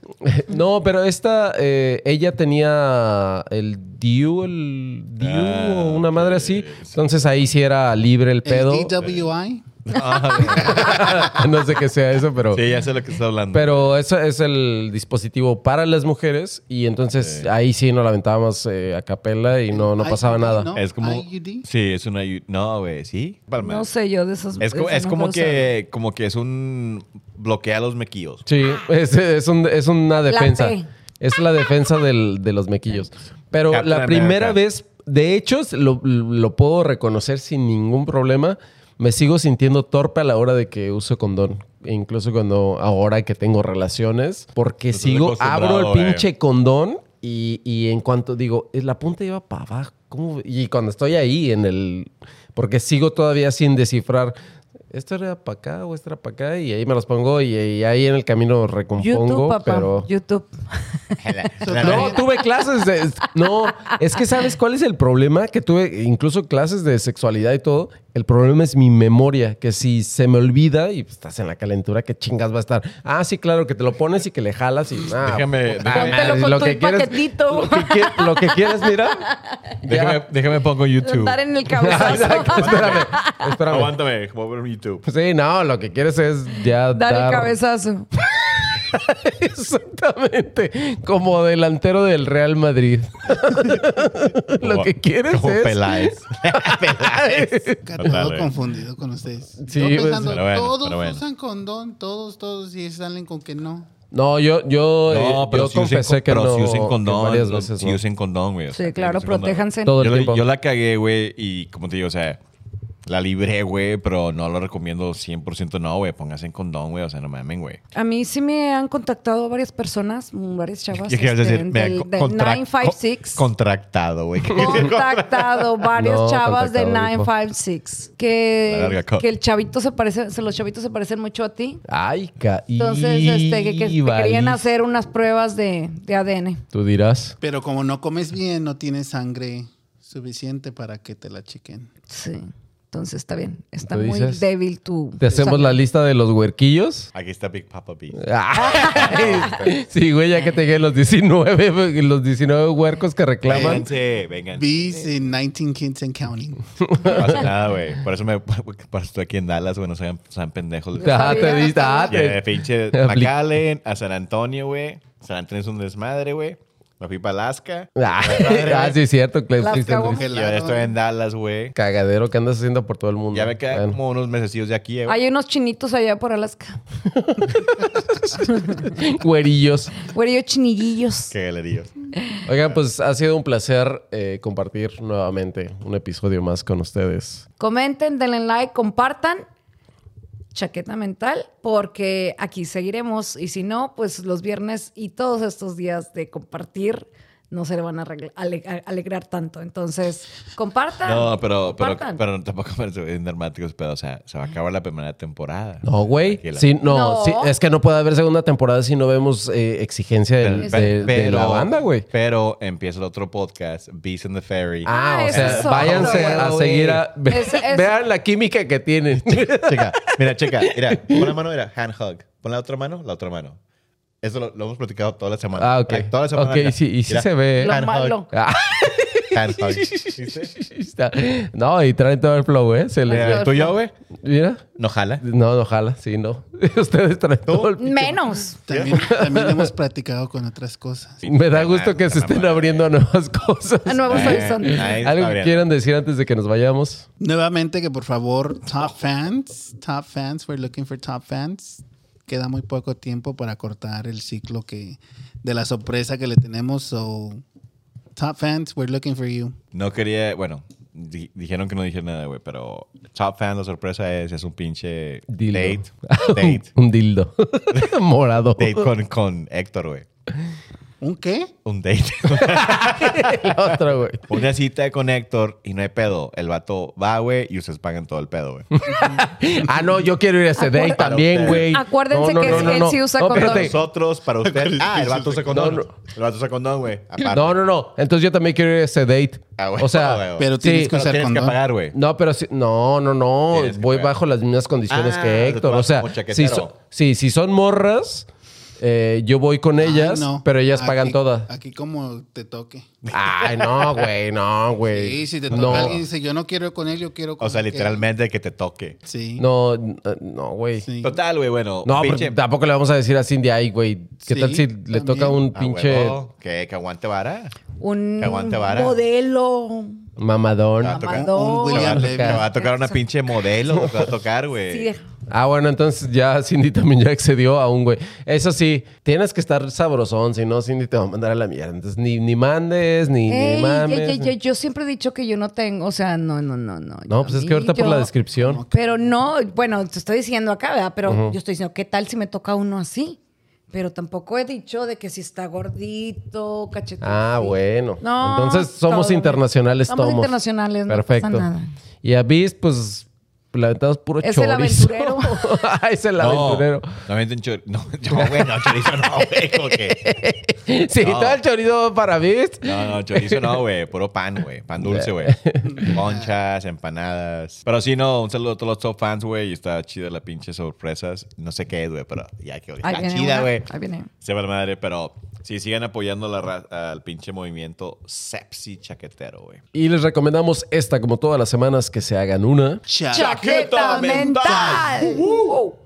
Speaker 2: No, pero esta, eh, ella tenía el DIU, el DIU
Speaker 1: Ah,
Speaker 2: o una madre así.
Speaker 1: ok, sí.
Speaker 2: Entonces ahí sí era libre el pedo.
Speaker 4: El DWI.
Speaker 2: (laughs) no sé qué sea eso, pero...
Speaker 1: Sí, ya sé lo que estás hablando.
Speaker 2: Pero eso es el dispositivo para las mujeres y entonces ahí sí nos la aventábamos eh, a capela y no, no pasaba
Speaker 4: IUD,
Speaker 2: nada.
Speaker 4: ¿no?
Speaker 1: es como.
Speaker 4: IUD.
Speaker 1: Sí, es una. IUD. No, güey, sí. Palma.
Speaker 3: No sé yo de esos.
Speaker 1: Es, como,
Speaker 3: eso
Speaker 1: es
Speaker 3: nunca
Speaker 1: como
Speaker 3: lo usé.
Speaker 1: que como que es un bloquea
Speaker 3: (laughs)
Speaker 1: los mequillos.
Speaker 2: Sí, es, es un- es una defensa.
Speaker 3: P.
Speaker 2: Es la defensa del- de los mequillos. Pero
Speaker 1: Captain
Speaker 2: la primera
Speaker 1: America.
Speaker 2: vez, de hecho, lo, lo puedo reconocer sin ningún problema. Me sigo sintiendo torpe a la hora de que uso condón. Incluso cuando ahora que tengo relaciones. Porque
Speaker 1: Estás
Speaker 2: sigo, abro el
Speaker 1: acostumbrado, eh.
Speaker 2: pinche condón y, y en cuanto digo, "Eh, la punta iba para abajo. ¿cómo?". Y cuando estoy ahí en el... Porque sigo todavía sin descifrar. ¿Esto era para acá o esto era para acá? Y ahí me los pongo y, y ahí en el camino recompongo.
Speaker 3: YouTube, papá.
Speaker 2: pero...
Speaker 3: YouTube.
Speaker 2: No, tuve clases de... No, es que ¿sabes cuál es el problema? Que tuve incluso clases de sexualidad y todo. El problema es mi memoria, que si se me olvida y estás en la calentura, ¿qué chingas va a estar? Ah, sí, claro, que te lo pones y que le jalas y... ah,
Speaker 1: Pues Déjame-
Speaker 2: puta
Speaker 1: déjame-
Speaker 2: madre,
Speaker 3: Póntelo con tu paquetito.
Speaker 2: Lo que, quie- lo que quieres, mira.
Speaker 1: déjame,
Speaker 2: (laughs) Ya.
Speaker 1: déjame pongo YouTube.
Speaker 3: Andar en el
Speaker 2: (laughs)
Speaker 3: cabezazo.
Speaker 2: espérame, espérame.
Speaker 1: Aguántame, voy a ver YouTube.
Speaker 2: Sí, no, lo que quieres es ya
Speaker 3: Dar el cabezazo.
Speaker 2: (laughs) Exactamente. Como delantero del Real Madrid. (laughs) lo
Speaker 1: Como-
Speaker 2: que quieres
Speaker 1: como
Speaker 2: es...
Speaker 1: Peláez.
Speaker 4: Todo
Speaker 1: Dale.
Speaker 4: confundido con ustedes.
Speaker 2: Sí,
Speaker 4: Yo
Speaker 2: pues,
Speaker 4: pensando,
Speaker 1: pero bueno,
Speaker 4: todos
Speaker 1: pero bueno.
Speaker 4: usan condón, todos, todos, y salen con que no.
Speaker 2: (laughs) No, yo, yo, eh,
Speaker 1: No, pero
Speaker 2: yo
Speaker 1: si usen,
Speaker 2: confesé
Speaker 1: con-
Speaker 2: que
Speaker 1: pero
Speaker 2: no.
Speaker 1: si usen
Speaker 2: que
Speaker 1: condón.
Speaker 2: varias
Speaker 1: no,
Speaker 2: veces,
Speaker 1: si
Speaker 2: ¿no?
Speaker 1: usen condón, güey. o sea,
Speaker 3: Sí, claro,
Speaker 1: usen condón.
Speaker 3: protéjanse.
Speaker 2: Todo el
Speaker 1: Yo, la-
Speaker 2: tiempo.
Speaker 1: yo la cagué, güey, y como te digo, o sea, la libré, güey, pero no lo recomiendo 100%. No, güey, pónganse en condón, güey, o sea, no mamen, güey.
Speaker 3: A mí sí me han contactado varias personas, mm, varias chavas.
Speaker 1: ¿Qué quieres
Speaker 3: este,
Speaker 1: decir? Me
Speaker 3: del-
Speaker 1: co-
Speaker 3: del
Speaker 1: contract-
Speaker 3: 956.
Speaker 1: co- contractado,
Speaker 2: (laughs)
Speaker 1: güey.
Speaker 3: contactado varias
Speaker 2: No,
Speaker 3: chavas de
Speaker 2: contactado, dijo.
Speaker 3: 956 que,
Speaker 1: La larga co-
Speaker 3: que el chavito se parece, se- los chavitos se parecen mucho a ti.
Speaker 2: Ay, caí.
Speaker 3: Entonces, este, que, que te querían
Speaker 2: valí.
Speaker 3: hacer unas pruebas de, de ADN.
Speaker 2: Tú dirás.
Speaker 4: Pero como no comes bien, no tienes sangre suficiente para que te la chequen.
Speaker 3: Sí. Entonces está bien. Está
Speaker 2: ¿Tú
Speaker 3: muy
Speaker 2: dices?
Speaker 3: débil tu.
Speaker 2: Te hacemos
Speaker 3: sangre.
Speaker 2: la lista de los huerquillos.
Speaker 1: (laughs) Aquí está Big Papa
Speaker 2: (laughs)
Speaker 1: B.
Speaker 3: (laughs)
Speaker 2: Ay, sí, güey, ya que te quedé los 19, los 19 huercos que reclaman.
Speaker 1: Vénganse, vengan.
Speaker 4: Bees in 19 kids and
Speaker 1: (laughs)
Speaker 4: counting.
Speaker 1: No pasa nada, güey. Por eso me (laughs) por eso estoy aquí en Dallas, güey. No sean, sean pendejos.
Speaker 2: Ah, te diste. ah,
Speaker 1: (laughs) Y de
Speaker 2: te-
Speaker 1: pinche
Speaker 2: Apli-
Speaker 1: McAllen a San Antonio, güey. San Antonio es un desmadre, güey. Me fui para Alaska.
Speaker 2: Ah, (laughs) ah, sí, es cierto. Clay,
Speaker 3: Las
Speaker 2: sí, sí,
Speaker 3: cagó.
Speaker 2: sí.
Speaker 1: Y ahora estoy en Dallas, güey.
Speaker 2: Cagadero que andas haciendo por todo el mundo.
Speaker 1: Ya me
Speaker 2: (laughs)
Speaker 1: quedan
Speaker 2: Bueno.
Speaker 1: como unos mesecillos de aquí, eh, güey.
Speaker 3: Hay unos chinitos allá por Alaska.
Speaker 2: Güerillos.
Speaker 3: Güerillos chinillillos.
Speaker 1: Qué galerío.
Speaker 2: Oigan, pues ha sido un placer eh, compartir nuevamente un episodio más con ustedes.
Speaker 3: Comenten, denle like, compartan. Chaqueta mental, porque aquí seguiremos. Y si no, pues los viernes y todos estos días de compartir no se le van a arregla- ale- a- alegrar tanto. Entonces, compartan.
Speaker 1: No, pero, pero,
Speaker 3: compartan.
Speaker 1: pero tampoco me parecen dramáticos, pero, o sea, se va a acabar la primera temporada.
Speaker 2: No, güey.
Speaker 1: Tranquila.
Speaker 2: Sí, no,
Speaker 3: No.
Speaker 2: sí, es que no puede haber segunda temporada si no vemos eh, exigencia del-
Speaker 1: Pe-
Speaker 2: de,
Speaker 1: pe-
Speaker 2: de la banda, güey.
Speaker 1: Pero empieza el otro podcast, Beast in the Ferry.
Speaker 2: Ah,
Speaker 3: Ah,
Speaker 2: o
Speaker 3: ese es
Speaker 2: sea,
Speaker 3: otro,
Speaker 2: váyanse a
Speaker 1: güey.
Speaker 2: seguir a...
Speaker 3: Ese es-
Speaker 2: Vean la química que tienen. (laughs)
Speaker 1: Checa, mira, checa, mira, pon la mano, mira, hand hug. Pon la otra mano, la otra mano. Eso lo, lo hemos platicado toda la semana.
Speaker 2: Ah, ok.
Speaker 1: Ay, Toda la semana.
Speaker 2: Ok,
Speaker 1: acá.
Speaker 2: y sí- y sí
Speaker 1: Mira,
Speaker 2: se ve.
Speaker 3: Lo
Speaker 1: hand hug,
Speaker 3: malo.
Speaker 2: Ah,
Speaker 1: hand hug. ¿Viste?
Speaker 2: está- no, y traen todo el flow, ¿eh? Se les
Speaker 3: Ay,
Speaker 2: ve.
Speaker 1: Mira,
Speaker 3: Dios.
Speaker 1: tú y yo, güey,
Speaker 2: Mira.
Speaker 1: no jala.
Speaker 2: No, no, ojalá, sí, no. (laughs) Ustedes traen todo el...
Speaker 3: Menos.
Speaker 4: También, también hemos practicado con otras cosas.
Speaker 2: Me da gusto que se estén abriendo a nuevas (laughs) cosas.
Speaker 3: A nuevos
Speaker 1: Eh,
Speaker 3: horizontes.
Speaker 1: ahí está
Speaker 2: Algo que
Speaker 1: bien.
Speaker 2: quieran decir antes de que nos vayamos.
Speaker 4: Nuevamente que por favor, top fans, top fans, we're looking for top fans. Queda muy poco tiempo para cortar el ciclo que de la sorpresa que le tenemos. So, top fans, we're looking for you.
Speaker 1: No quería, bueno, di- dijeron que no dije nada, güey, pero Top Fan, la sorpresa es, es un pinche
Speaker 2: Dildo.
Speaker 1: date.
Speaker 2: (laughs)
Speaker 1: Date.
Speaker 2: Un dildo. (laughs) Morado.
Speaker 1: date con, con Héctor, güey.
Speaker 4: ¿Un qué?
Speaker 1: Un date.
Speaker 2: (laughs)
Speaker 1: (laughs)
Speaker 2: El otro, güey.
Speaker 1: Una cita con Héctor y no hay pedo. El vato va, güey, y ustedes pagan todo el pedo, güey.
Speaker 2: Ah, no, yo quiero ir a ese date también, güey.
Speaker 3: Acuérdense que
Speaker 2: no,
Speaker 3: él
Speaker 2: no.
Speaker 3: sí usa
Speaker 2: No,
Speaker 1: Para
Speaker 2: espérate. (laughs)
Speaker 1: nosotros, para ustedes. Ah, el vato usa condón.
Speaker 2: No, no.
Speaker 1: El vato usa condón, güey. Aparte.
Speaker 2: No, no, no. Entonces yo también quiero ir a ese date.
Speaker 1: Ah, güey.
Speaker 2: o sea,
Speaker 1: Ah, güey.
Speaker 4: Pero
Speaker 2: Sí,
Speaker 4: tienes que
Speaker 1: Pero
Speaker 4: usar
Speaker 1: tienes que
Speaker 4: condón.
Speaker 1: pagar, güey.
Speaker 2: no, pero sí, no, no, no.
Speaker 1: Tienes que
Speaker 2: Voy
Speaker 1: pagar.
Speaker 2: bajo las mismas condiciones
Speaker 1: Ah,
Speaker 2: que Héctor.
Speaker 1: tú vas
Speaker 2: O sea,
Speaker 1: como chaquetero.
Speaker 2: si son, sí, si son morras, Eh, yo voy con ellas,
Speaker 4: Ay, no. Ah,
Speaker 2: pero ellas
Speaker 4: Aquí-
Speaker 2: pagan todas.
Speaker 4: Aquí como te toque.
Speaker 2: Ay, no, güey, no, güey.
Speaker 4: Sí, si te toca
Speaker 2: no,
Speaker 4: alguien dice, yo no quiero ir con él, yo quiero con
Speaker 1: O sea,
Speaker 4: aquel".
Speaker 1: literalmente que te toque.
Speaker 4: Sí.
Speaker 2: No, n- no, güey.
Speaker 4: Sí.
Speaker 1: Total, güey, bueno.
Speaker 2: No, pero
Speaker 1: pinche-
Speaker 2: tampoco le vamos a decir a Cindy, ay, güey, ¿qué
Speaker 4: Sí,
Speaker 2: tal si le
Speaker 4: también.
Speaker 2: toca un
Speaker 1: Ah,
Speaker 2: pinche
Speaker 1: huevo, que, que aguante vara.
Speaker 3: Un
Speaker 1: Que aguante vara.
Speaker 3: modelo.
Speaker 2: mamadón?
Speaker 1: Ah, toca-
Speaker 3: Amador.
Speaker 4: Un
Speaker 1: Te va,
Speaker 4: William
Speaker 1: a-
Speaker 4: Levy.
Speaker 1: te va a tocar una pinche modelo, te va a tocar,
Speaker 3: Sí,
Speaker 1: güey.
Speaker 3: deja-
Speaker 2: Ah, bueno, entonces ya Cindy también ya accedió a un güey. Eso sí, tienes que estar sabrosón, si no, Cindy te va a mandar a la mierda. Entonces, ni, ni mandes, ni, ni
Speaker 3: Ey,
Speaker 2: mames. eh.
Speaker 3: ye- ye- ye, yo siempre he dicho que yo no tengo, o sea, no, no, no, no.
Speaker 2: No,
Speaker 3: yo-
Speaker 2: pues es que
Speaker 3: y
Speaker 2: ahorita por
Speaker 3: yo-
Speaker 2: la descripción.
Speaker 3: Pero no, bueno, te estoy diciendo acá, ¿verdad? Pero yo estoy diciendo, ¿qué tal si me toca uno así? Pero tampoco he dicho de que si está gordito, cachetón.
Speaker 2: Ah,
Speaker 3: así.
Speaker 2: bueno.
Speaker 3: No,
Speaker 2: Entonces somos
Speaker 3: todo.
Speaker 2: internacionales
Speaker 3: Somos
Speaker 2: tomos.
Speaker 3: internacionales, no
Speaker 2: Perfecto.
Speaker 3: pasa nada.
Speaker 2: Y a Biz, pues, le aventamos puro
Speaker 3: Es el
Speaker 2: chorizo.
Speaker 3: aventurero.
Speaker 2: (laughs) Ah, es el aventurero.
Speaker 1: No, no, un chorizo. No, (laughs) yo, güey, no, chorizo no, güey. como que-
Speaker 2: Sí,
Speaker 1: No.
Speaker 2: todo el chorizo para Biz.
Speaker 1: No, no, chorizo no, güey. Puro pan, güey. Pan
Speaker 3: (laughs)
Speaker 1: dulce, güey. Conchas, empanadas. Pero sí, no, un saludo a todos los top fans, güey. Y está chida la pinche sorpresas. No sé qué es, güey, pero ya que
Speaker 3: Ahí
Speaker 1: está
Speaker 3: viene
Speaker 1: chida,
Speaker 3: una,
Speaker 1: güey.
Speaker 3: Ahí viene.
Speaker 1: Se va la madre, pero sí, sigan apoyando la ra- al pinche movimiento sepsi chaquetero, güey.
Speaker 2: Y les recomendamos esta, como todas las semanas, que se hagan una.
Speaker 4: Cha-
Speaker 1: Chaqueta mental.
Speaker 3: Uh.